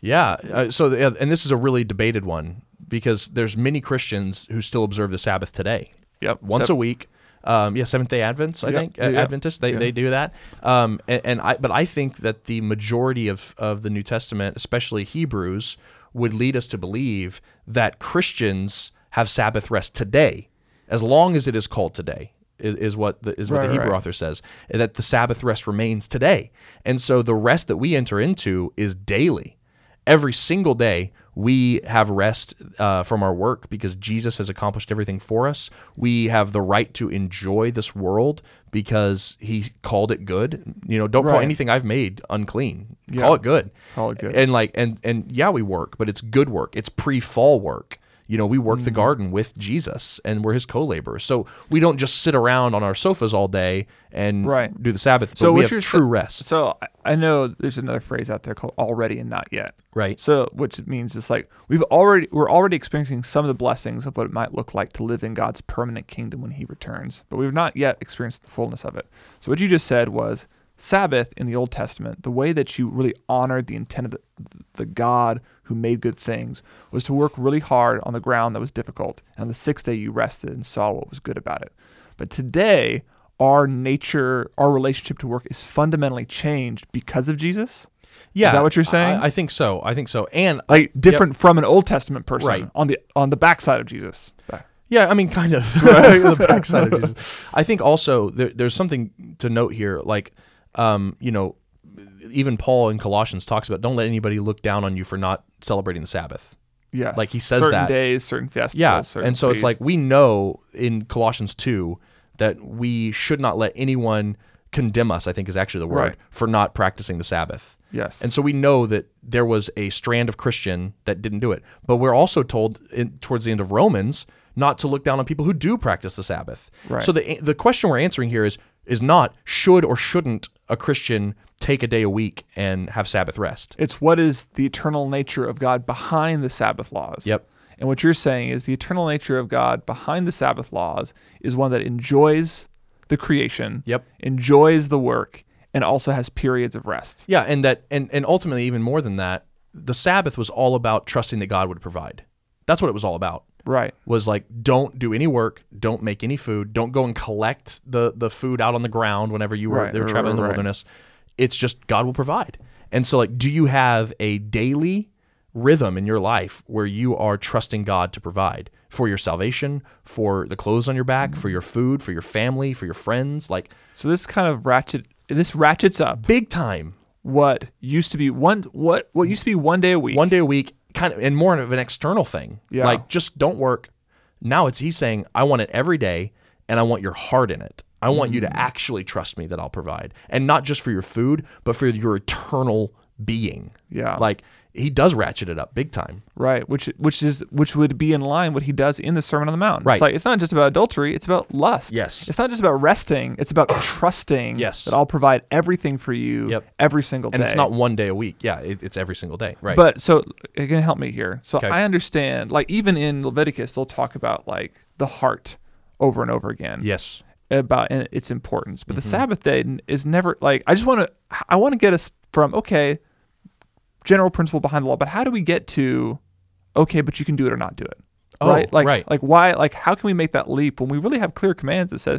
Yeah. Uh, so, the- uh, and this is a really debated one because there's many Christians who still observe the Sabbath today. Yep. Once Sep- a week. Um, yeah, Seventh Day Advents, I Yeah, think. yeah, uh, yeah. Adventists, they, they do that. Um, and, and I, but I think that the majority of of the New Testament, especially Hebrews, would lead us to believe that Christians have Sabbath rest today, as long as it is called today. Is, is what the, is what Right, the Hebrew right. author says that the Sabbath rest remains today, and so the rest that we enter into is daily every single day we have rest uh, from our work because jesus has accomplished everything for us we have the right to enjoy this world because he called it good you know don't call Right. anything i've made unclean call it good Call it good. and like and and yeah we work but it's good work it's pre-fall work You know, we work Mm. the garden with Jesus and we're his co-laborers. So we don't just sit around on our sofas all day and Right. do the Sabbath, but So we what's have your true sa- rest. So I- I know there's another phrase out there called already and not yet. Right. So which means it's like we've already we're already experiencing some of the blessings of what it might look like to live in God's permanent kingdom when he returns, but we've not yet experienced the fullness of it. So what you just said was Sabbath in the Old Testament, the way that you really honored the intent of the, the God who made good things was to work really hard on the ground that was difficult, and on the sixth day you rested and saw what was good about it. But today, our nature, our relationship to work is fundamentally changed because of Jesus. Yeah. that what you're I- saying? I, think so. I think so. And uh, like different from an Old Testament person Right. on the on the backside of Jesus. Yeah, I mean, kind of the backside of Jesus. I think also there, there's something to note here, like, um, you know, even Paul in Colossians talks about don't let anybody look down on you for not celebrating the Sabbath. Yes. Like, he says certain that. days, certain festivals. Yeah, certain and so it's like priests. we know in Colossians two that we should not let anyone condemn us. I think is actually the word Right. for not practicing the Sabbath. yes, And so we know that there was a strand of Christian that didn't do it. But we're also told in, towards the end of Romans not to look down on people who do practice the Sabbath. Right. So the the question we're answering here is is not should or shouldn't a Christian take a day a week and have Sabbath rest. it's what is the eternal nature of God behind the Sabbath laws. Yep. And what you're saying is the eternal nature of God behind the Sabbath laws is one that enjoys the creation. Yep. Enjoys the work and also has periods of rest. Yeah, and that and and ultimately even more than that, the Sabbath was all about trusting that God would provide. That's what it was all about. Right. was like don't do any work, don't make any food, don't go and collect the the food out on the ground whenever you were Right, they were right, traveling in the right, right. wilderness. It's just God will provide. And so like do you have a daily rhythm in your life where you are trusting God to provide for your salvation, for the clothes on your back, Mm-hmm. for your food, for your family, for your friends, like So this kind of ratchet this ratchets up big time. what used to be one what what used to be one day a week. One day a week kind of and more of an external thing. Yeah. Like just don't work. Now it's he's saying I want it every day and I want your heart in it. I want you Mm. to actually trust me that I'll provide and not just for your food, but for your eternal being. Yeah. Like he does ratchet it up big time. Right, which which is which would be in line what he does in the Sermon on the Mount. Right. It's like it's not just about adultery, it's about lust. Yes. It's not just about resting, it's about trusting Yes. that I'll provide everything for you Yep. every single And day. it's not one day a week. Yeah, it, it's every single day. Right. But so it can help me here. So Okay. I understand like even in Leviticus they'll talk about like the heart over and over again yes. about and its importance. Mm-hmm. But the Sabbath day n- is never like I just want to I want to get us from okay general principle behind the law, but how do we get to okay, but you can do it or not do it? Oh, Like right. like why like how can we make that leap when we really have clear commands that says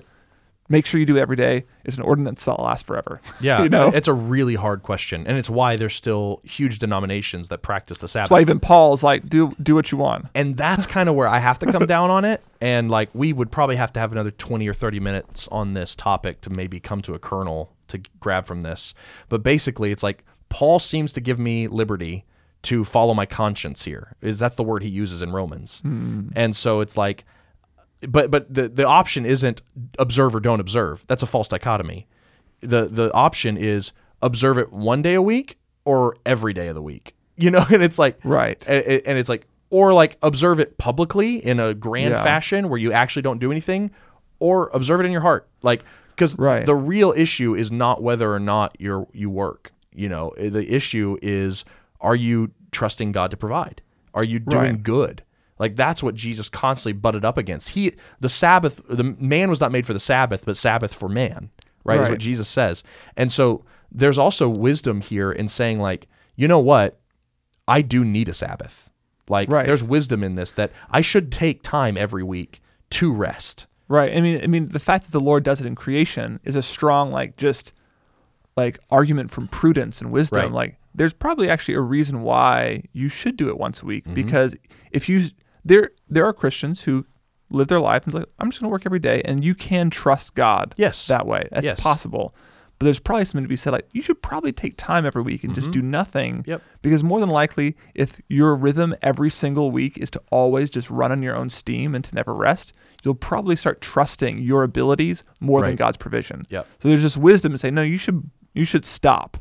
make sure you do it every day. It's an ordinance that'll last forever. Yeah. you know. It's a really hard question. And it's why there's still huge denominations that practice the Sabbath. That's why even Paul's like do do what you want. and that's kind of where I have to come down on it. And like, we would probably have to have another 20 or 30 minutes on this topic to maybe come to a kernel to g- grab from this. But basically, it's like Paul seems to give me liberty to follow my conscience here. Is that's the word he uses in Romans. And so it's like but but the the option isn't observe or don't observe. That's a false dichotomy. The the option is observe it one day a week or every day of the week. You know, and it's like Right. and, and- and it's like or like observe it publicly in a grand Yeah. fashion where you actually don't do anything or observe it in your heart like because Right. the real issue is not whether or not you're you work you know Eh, the issue is are you trusting god to provide are you doing Right. good like that's what jesus constantly butted up against he the sabbath the man was not made for the sabbath but sabbath for man right, is what Right. jesus says and so there's also wisdom here in saying like you know what I do need a Sabbath. Like Right. there's wisdom in this that I should take time every week to rest. Right. I mean, I mean, the fact that the Lord does it in creation is a strong, like, just like argument from prudence and wisdom. Right. Like, there's probably actually a reason why you should do it once a Mm-hmm. week because if you there there are Christians who live their life and like, I'm just going to work every day, and you can trust God. Yes. That way, that's Yes. possible. But there's probably something to be said. Like, you should probably take time every week and just do nothing. Mm-hmm. Yep. Because more than likely, if your rhythm every single week is to always just run on your own steam and to never rest, you'll probably start trusting your abilities more than Right. God's provision. Yep. So there's just wisdom to say, no, you should you should stop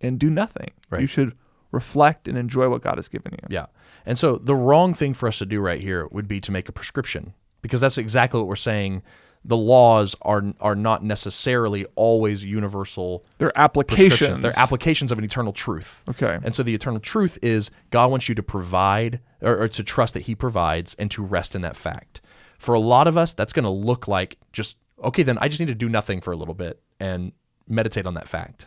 and do nothing. Right. You should reflect and enjoy what God has given you. Yeah. And so the wrong thing for us to do right here would be to make a prescription because that's exactly what we're saying. The laws are are not necessarily always universal They're prescriptions. applications. They're applications of an eternal truth. Okay. And so the eternal truth is God wants you to provide or, or to trust that He provides and to rest in that fact. For a lot of us, that's going to look like just, okay, then I just need to do nothing for a little bit and meditate on that fact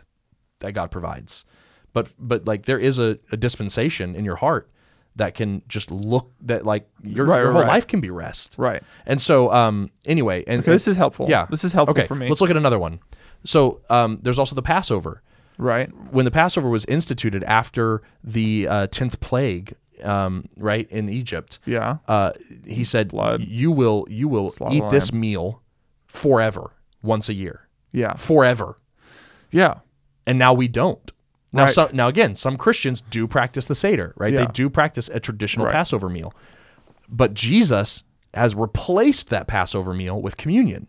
that God provides. But, but like there is a, a dispensation in your heart that can just look that like your, Right, your right, whole right. life can be rest. Right. And so, um, anyway, and Okay, this is helpful. yeah, This is helpful okay, for me. Let's look at another one. So, um, there's also the Passover Right. when the Passover was instituted after the uh, tenth plague, um, right in Egypt, Yeah. uh, he said, Blood. "You will, you will Slaughter eat this meal forever, once a year, Yeah. forever." Yeah. And now we don't. Now, Right. some, now again, some Christians do practice the Seder, right? Yeah. They do practice a traditional Right. Passover meal, but Jesus has replaced that Passover meal with communion,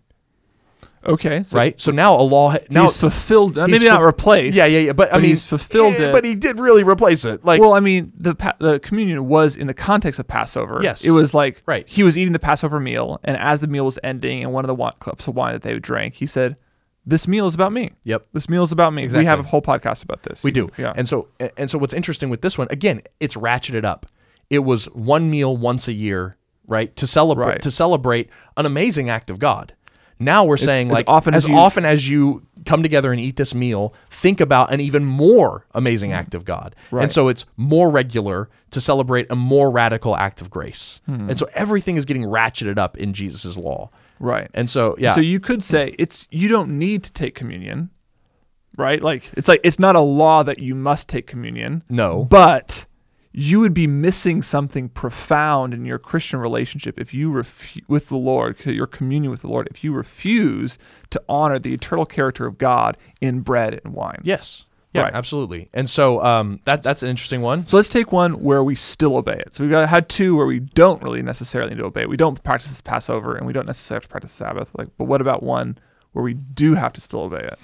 Okay. So right? So now a law now He's fulfilled. uh, he's maybe not ful- replaced. yeah, yeah, yeah. But, I mean, he's fulfilled eh, it. But he did really replace it, like well, I mean, the pa- the communion was in the context of Passover. Yes. it was like Right. He was eating the Passover meal, and as the meal was ending, and one of the wa- cups of wine that they drank, he said, "This meal is about me. Yep. This meal is about me. Exactly. We have a whole podcast about this. We do. Yeah. And so and so what's interesting with this one, again, it's ratcheted up. It was one meal once a year, right? To celebrate Right. to celebrate an amazing act of God. Now we're saying as like often as as you- often as you come together and eat this meal, think about an even more amazing act of God. And Right. so it's more regular to celebrate a more radical act of grace. Hmm. And so everything is getting ratcheted up in Jesus' law. right. And so yeah. So you could say it's you don't need to take communion, right? Like it's like it's not a law that you must take communion. no. But you would be missing something profound in your Christian relationship if you refu- with the Lord, c- your communion with the Lord, if you refuse to honor the eternal character of God in bread and wine. Yes. Yeah, Right. absolutely. And so um that that's an interesting one. So let's take one where we still obey it. So we've got, had two where we don't really necessarily need to obey. it. We don't practice this Passover and we don't necessarily have to practice Sabbath. Like, but what about one where we do have to still obey it?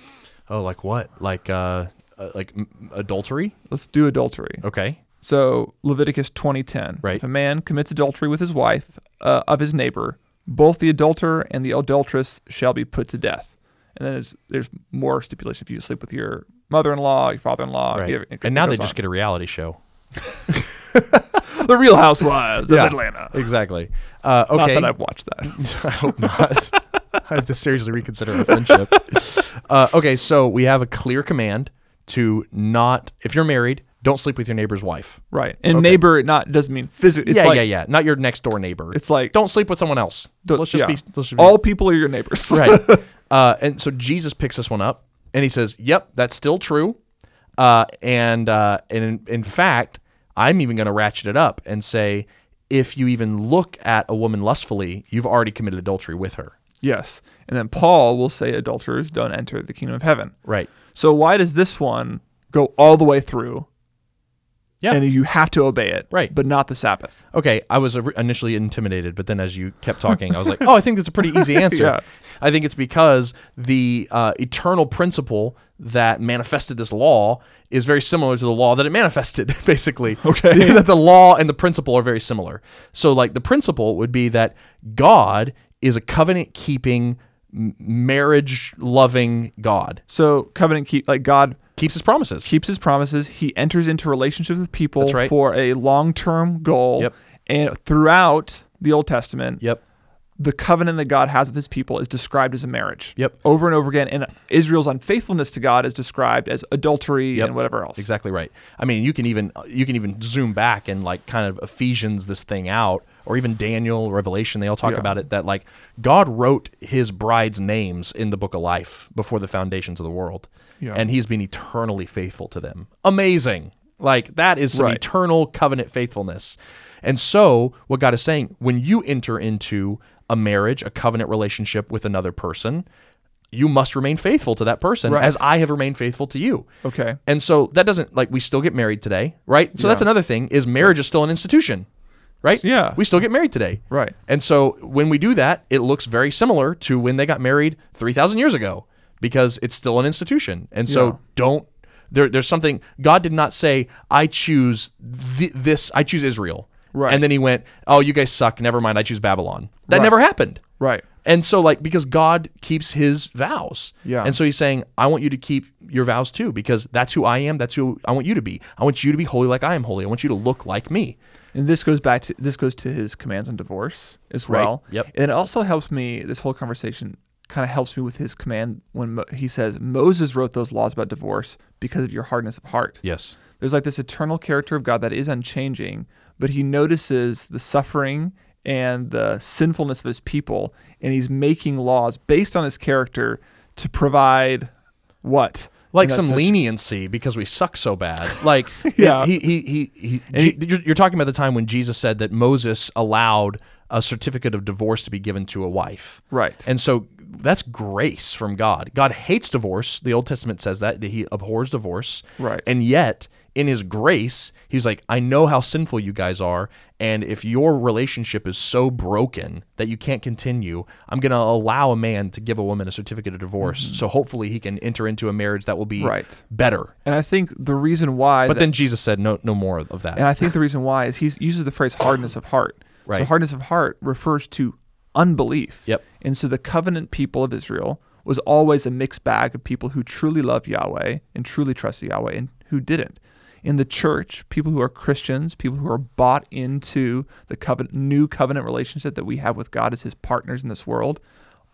Oh, like what? Like uh, uh like m- adultery? Let's do adultery. Okay. So Leviticus 20:10. Right. If a man commits adultery with his wife uh, of his neighbor, both the adulterer and the adulteress shall be put to death. And then there's, there's more stipulation if you sleep with your mother-in-law, your father-in-law. Right. you have- it and now they goes just on. get a reality show. the Real Housewives of Atlanta. Exactly. Uh, Not okay. that I've watched that. I hope not. I have to seriously reconsider our friendship. uh, okay, so we have a clear command to not, if you're married, don't sleep with your neighbor's wife. right. And neighbor not doesn't mean physically. It's yeah, like, yeah, yeah. Not your next door neighbor. It's like don't sleep with someone else. don't- let's just yeah. be. Let's just be all people are your neighbors. right. Uh, and so Jesus picks this one up and he says, "Yep, that's still true." Uh, and uh, and in, in fact, I'm even going to ratchet it up and say, if you even look at a woman lustfully, you've already committed adultery with her. yes. And then Paul will say adulterers don't enter the kingdom of heaven. Right. So why does this one go all the way through? Yeah. And you have to obey it. Right. But not the Sabbath. Okay, I was ori- initially intimidated, but then as you kept talking, I was like, "Oh, I think that's a pretty easy answer." Yeah. I think it's because the uh, eternal principle that manifested this law is very similar to the law that it manifested, basically. Okay. that the law and the principle are very similar. So, like, the principle would be that God is a covenant keeping, marriage loving God, So covenant keep like God keeps his promises. keeps his promises. He enters into relationships with people That's right. for a long term goal. Yep. And throughout the Old Testament, Yep. the covenant that God has with his people is described as a marriage. Yep. Over and over again. And Israel's unfaithfulness to God is described as adultery and whatever else. Exactly right. I mean, you can even you can even zoom back and like kind of Ephesians this thing out, or even Daniel, Revelation. They all talk Yeah. about it that like God wrote His bride's names in the Book of Life before the foundations of the world, Yeah. and He's been eternally faithful to them. Amazing. Like that is some Right. eternal covenant faithfulness. And so, what God is saying, when you enter into a marriage, a covenant relationship with another person, you must remain faithful to that person Right. as I have remained faithful to you. Okay. And so that doesn't like we still get married today, right? So that's another thing is marriage is still an institution, right? Yeah. We still get married today. Right. And so when we do that, it looks very similar to when they got married 3000 years ago because it's still an institution. And so Yeah. don't There, there's something God did not say. I choose th- this. I choose Israel. Right. And then he went, "Oh, you guys suck. Never mind. I choose Babylon." That Right. never happened. Right. And so, like, because God keeps his vows. Yeah. And so he's saying, I want you to keep your vows too, because that's who I am. That's who I want you to be. I want you to be holy like I am holy. I want you to look like me. And this goes back to this goes to his commands on divorce as Right. well. Yep. And it also helps me. This whole conversation kind of helps me with his command when Mo- he says Moses wrote those laws about divorce because of your hardness of heart. Yes. There's like this eternal character of God that is unchanging, but he notices the suffering and the sinfulness of his people, and he's making laws based on his character to provide what? Like And that's some such- leniency because we suck so bad. Like, Yeah. He, he, he, he, Je- you're- you're talking about the time when Jesus said that Moses allowed a certificate of divorce to be given to a wife. Right. And so that's grace from God. God hates divorce. The Old Testament says that, that he abhors divorce. Right. And yet, in his grace, he's like, I know how sinful you guys are. And if your relationship is so broken that you can't continue, I'm going to allow a man to give a woman a certificate of divorce. So hopefully he can enter into a marriage that will be Mm-hmm. Right. better. And I think the reason why But then Jesus said, no, no more of that. And I think the reason why is he uses the phrase hardness of heart. Right. So hardness of heart refers to unbelief. Yep. And so the covenant people of Israel was always a mixed bag of people who truly love Yahweh and truly trust Yahweh and who didn't. In the church, people who are Christians, people who are bought into the covenant, new covenant relationship that we have with God as his partners in this world,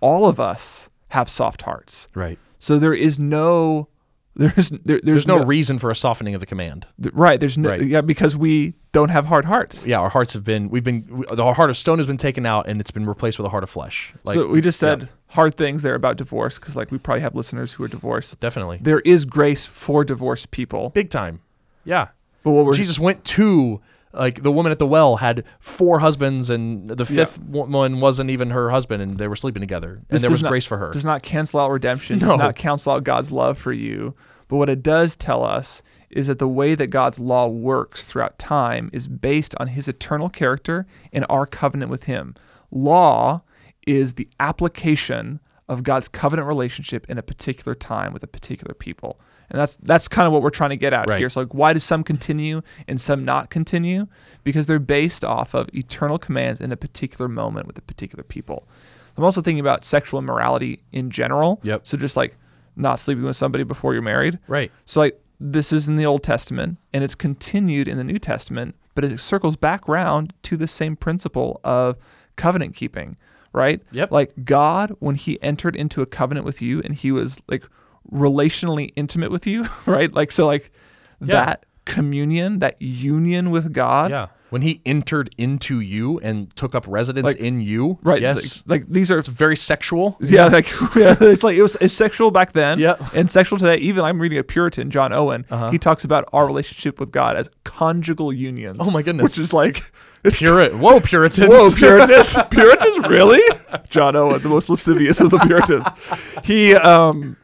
all of us have soft hearts. right. So there is no there is there, there's, There's no, reason for a softening of the command. Th- Right. There's no. Right. Yeah, because we don't have hard hearts. Yeah, our hearts have been, we've been, we, the heart of stone has been taken out and it's been replaced with a heart of flesh. Like, so we just said hard things there about divorce because like we probably have listeners who are divorced. definitely. There is grace for divorced people, big time. Yeah. but what we're Jesus went to like the woman at the well had four husbands and the fifth one wasn't even her husband and they were sleeping together and this there does was not- grace for her. Does not cancel out redemption. No. Does not cancel out God's love for you. But what it does tell us is that the way that God's law works throughout time is based on His eternal character and our covenant with Him. Law is the application of God's covenant relationship in a particular time with a particular people. And that's that's kind of what we're trying to get at Right. here. So like why do some continue and some not continue? Because they're based off of eternal commands in a particular moment with a particular people. I'm also thinking about sexual immorality in general. Yep. So just like not sleeping with somebody before you're married. Right. So like this is in the Old Testament and it's continued in the New Testament, but it circles back around to the same principle of covenant keeping, right? Yep. Like God, when he entered into a covenant with you and he was like relationally intimate with you, right? Like so like Yeah. that communion, that union with God. Yeah. When he entered into you and took up residence Like- in you. Right. Yes. Like, like these are it's very sexual. Yeah, like yeah, it's like it was it's sexual back then. Yep. Uh-huh. And sexual today. Even I'm reading a Puritan, John Owen. He talks about our relationship with God as conjugal unions. Oh my goodness. Which is like it's Puri- Whoa, Puritans. Whoa, Puritans! Puritans, really? John Owen, the most lascivious of the Puritans. He um.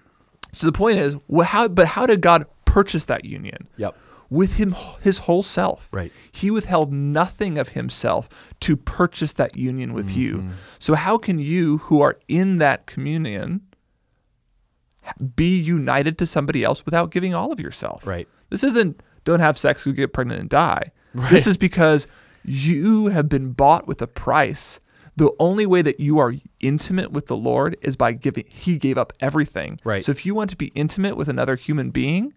So the point is, wh- how? But how did God purchase that union? Yep. With him, his whole self. Right. He withheld nothing of himself to purchase that union with Mm-hmm. you. So how can you, who are in that communion, be united to somebody else without giving all of yourself? Right. This isn't don't have sex, you get pregnant and die. This is because you have been bought with a price. The only way that you are intimate with the Lord is by giving. He gave up everything. Right. So if you want to be intimate with another human being,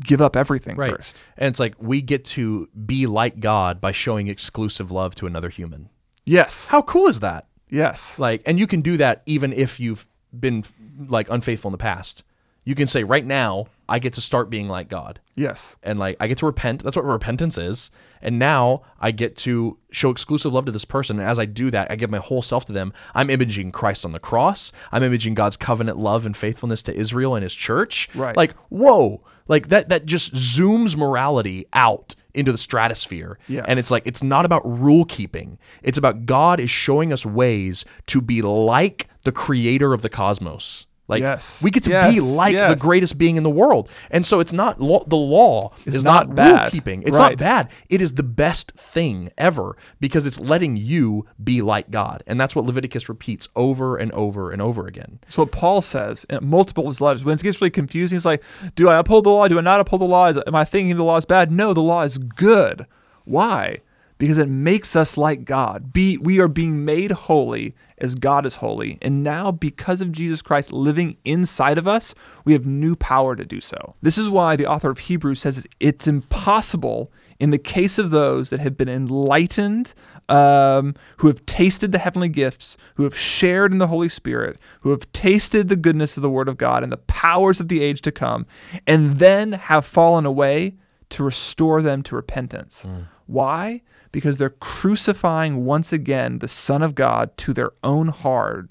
give up everything Right. first. And it's like we get to be like God by showing exclusive love to another human. Yes. How cool is that? Yes. like and you can do that even if you've been like unfaithful in the past you can say right now i get to start being like god Yes. and like i get to repent that's what repentance is and now i get to show exclusive love to this person and as i do that i give my whole self to them i'm imaging christ on the cross i'm imaging god's covenant love and faithfulness to israel and his church Right. like whoa like that that just zooms morality out into the stratosphere Yes. and it's like it's not about rule keeping it's about god is showing us ways to be like the creator of the cosmos Like Yes. we get to Yes. be like Yes. the greatest being in the world, and so it's not lo- the law It's is not not, rule bad. keeping. It's Right. not bad. It is the best thing ever because it's letting you be like God, and that's what Leviticus repeats over and over and over again. It's what Paul says in multiple of his letters. When it gets really confusing, he's like, Do I uphold the law? Do I not uphold the law? Is, am I thinking the law is bad? No, the law is good. Why? Because it makes us like God. Be, we are being made holy as God is holy. And now, because of Jesus Christ living inside of us, we have new power to do so. This is why the author of Hebrews says it's impossible in the case of those that have been enlightened, um, who have tasted the heavenly gifts, who have shared in the Holy Spirit, who have tasted the goodness of the Word of God and the powers of the age to come, and then have fallen away to restore them to repentance. Mm. Why? Because they're crucifying once again the Son of God to their own heart,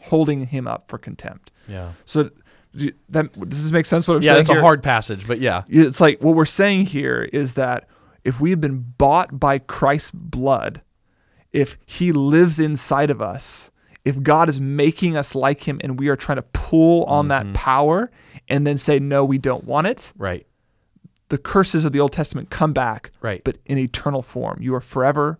holding him up for contempt. Yeah, So, do you- that, does this make sense? What I'm yeah, saying it's a here? hard passage, but yeah, it's like what we're saying here is that if we have been bought by Christ's blood, if he lives inside of us, if God is making us like him and we are trying to pull on Mm-hmm. that power and then say, no, we don't want it, right, the curses of the Old Testament come back, right. but in eternal form. You are forever,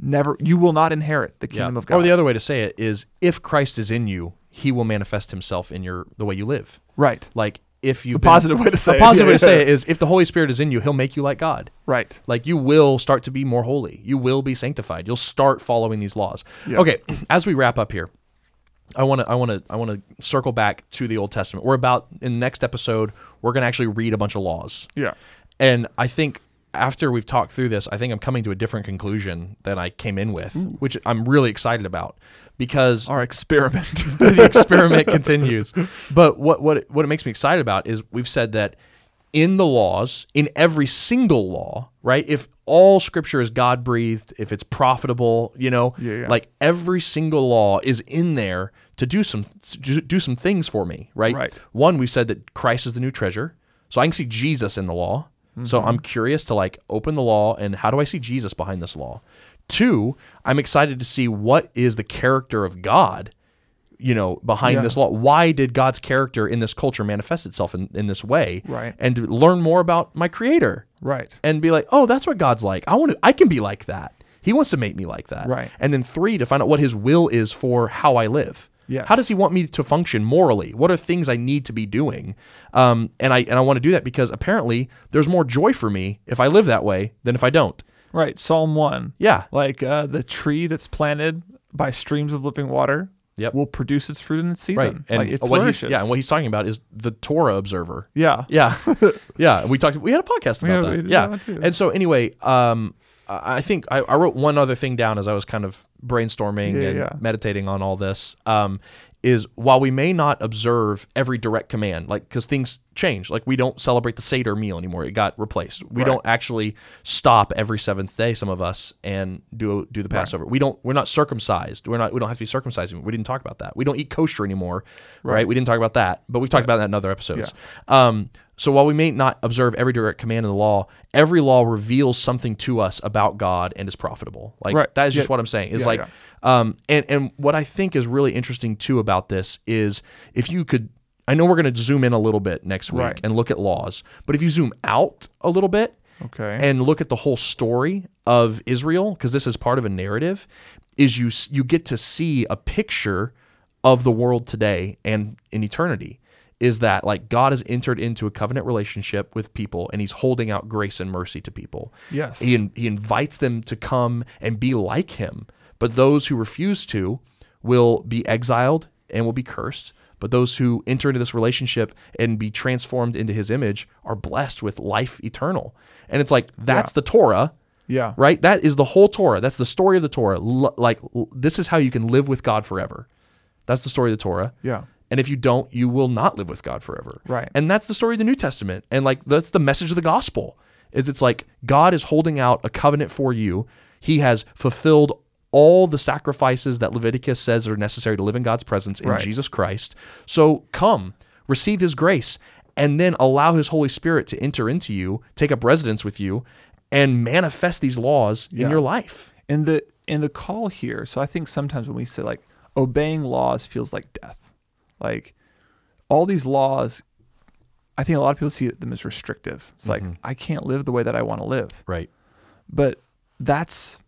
never, you will not inherit the kingdom yeah. of God. Or the other way to say it is, if Christ is in you, He will manifest Himself in your the way you live. right. Like if you The positive way to say a it. positive Yeah, way to say yeah. it is, if the Holy Spirit is in you, He'll make you like God. Right. Like you will start to be more holy. You will be sanctified. You'll start following these laws. Yeah. Okay, as we wrap up here, I want to I want to I want to circle back to the Old Testament. We're about in the next episode, we're going to actually read a bunch of laws. Yeah. And I think after we've talked through this, I think I'm coming to a different conclusion than I came in with, which I'm really excited about because Our experiment. the experiment continues. But what what it- what it makes me excited about is we've said that in the laws, in every single law, right? If all scripture is God breathed, if it's profitable, you know, Yeah, yeah. like every single law is in there to do some to do some things for me, right? Right. One, we've said that Christ is the new treasure, so I can see Jesus in the law. So Mm-hmm. I'm curious to like open the law and how do I see Jesus behind this law? Two, I'm excited to see what is the character of God you know, behind Yeah. this law. Why did God's character in this culture manifest itself in, in this way? Right. And to learn more about my creator right. and be like, oh, that's what God's like. I want to, I can be like that. He wants to make me like that. Right. And then three, to find out what his will is for how I live. Yes. How does he want me to function morally? What are things I need to be doing? Um, and I and I want to do that because apparently there's more joy for me if I live that way than if I don't. Right. Psalm 1. Yeah. like uh, the tree that's planted by streams of living water Yep. will produce its fruit in its season. Right. And like it what he- flourishes. yeah, and what he's talking about is the Torah observer. yeah. Yeah, yeah. We talked. We had a podcast about Yeah, we that. did yeah. that one too. And so anyway, um, I I think I, I wrote one other thing down as I was kind of brainstorming Yeah, and yeah. meditating on all this. Um, is while we may not observe every direct command, like because things change. Like we don't celebrate the Seder meal anymore; it got replaced. We don't actually stop every seventh day. Some of us and do do the Passover. We don't. We're not circumcised. We're not. We don't have to be circumcised. anymore. We didn't talk about that. We don't eat kosher anymore, right? We didn't talk about that, but we've talked about that in other episodes. Um, so while we may not observe every direct command of the law, every law reveals something to us about God and is profitable. Like Right. that is just Yeah. what I'm saying. Is Yeah, like, yeah. um, and and what I think is really interesting too about this is if you could, I know we're going to zoom in a little bit next week Right. and look at laws, but if you zoom out a little bit, Okay. and look at the whole story of Israel because this is part of a narrative is you s- you get to see a picture of the world today and in eternity is that like God has entered into a covenant relationship with people and he's holding out grace and mercy to people. Yes. He in, he invites them to come and be like him, but those who refuse to will be exiled and will be cursed. But those who enter into this relationship and be transformed into his image are blessed with life eternal. And it's like that's the Torah, yeah. right? That is the whole Torah. That's the story of the Torah. L- like l- this is how you can live with God forever. That's the story of the Torah. Yeah. And if you don't, you will not live with God forever. Right. And that's the story of the New Testament. And like that's the message of the gospel. Is it's like God is holding out a covenant for you. He has fulfilled all the sacrifices that Leviticus says are necessary to live in God's presence in Right. Jesus Christ. So come, receive his grace, and then allow his Holy Spirit to enter into you, take up residence with you, and manifest these laws in your life. And the and the call here. So I think sometimes when we say like obeying laws feels like death, like all these laws, I think a lot of people see them as restrictive. It's Mm-hmm. like, I can't live the way that I want to live. Right. But that's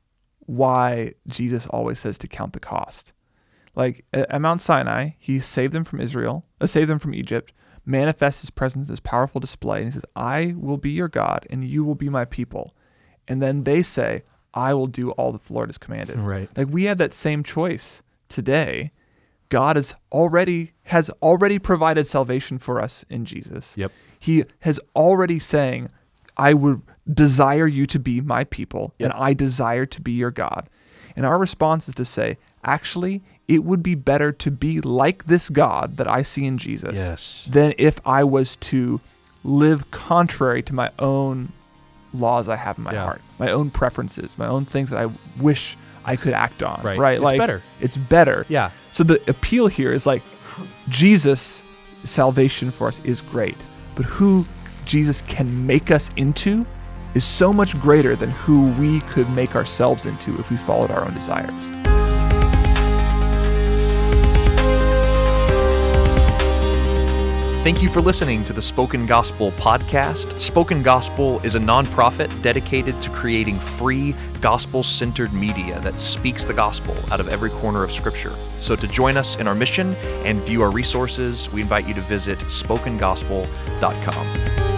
why Jesus always says to count the cost. Like at at Mount Sinai, he saved them from Israel, uh, saved them from Egypt, manifests his presence as powerful display, and he says, "I will be your God, and you will be my people." And then they say, "I will do all that the Lord has commanded." Right. Like we have that same choice today. God has already has already provided salvation for us in Jesus. Yep. He has already saying, I would desire you to be my people, and I desire to be your God. And our response is to say, actually, it would be better to be like this God that I see in Jesus Yes. than if I was to live contrary to my own laws I have in my Yeah. heart, my own preferences, my own things that I wish I could act on. Right. Right. It's better. It's better. Yeah. So the appeal here is like Jesus salvation for us is great, but who Jesus can make us into is so much greater than who we could make ourselves into if we followed our own desires. Thank you for listening to the Spoken Gospel podcast. Spoken Gospel is a nonprofit dedicated to creating free, gospel centered media that speaks the gospel out of every corner of Scripture. So, to join us in our mission and view our resources, we invite you to visit spokengospel.com.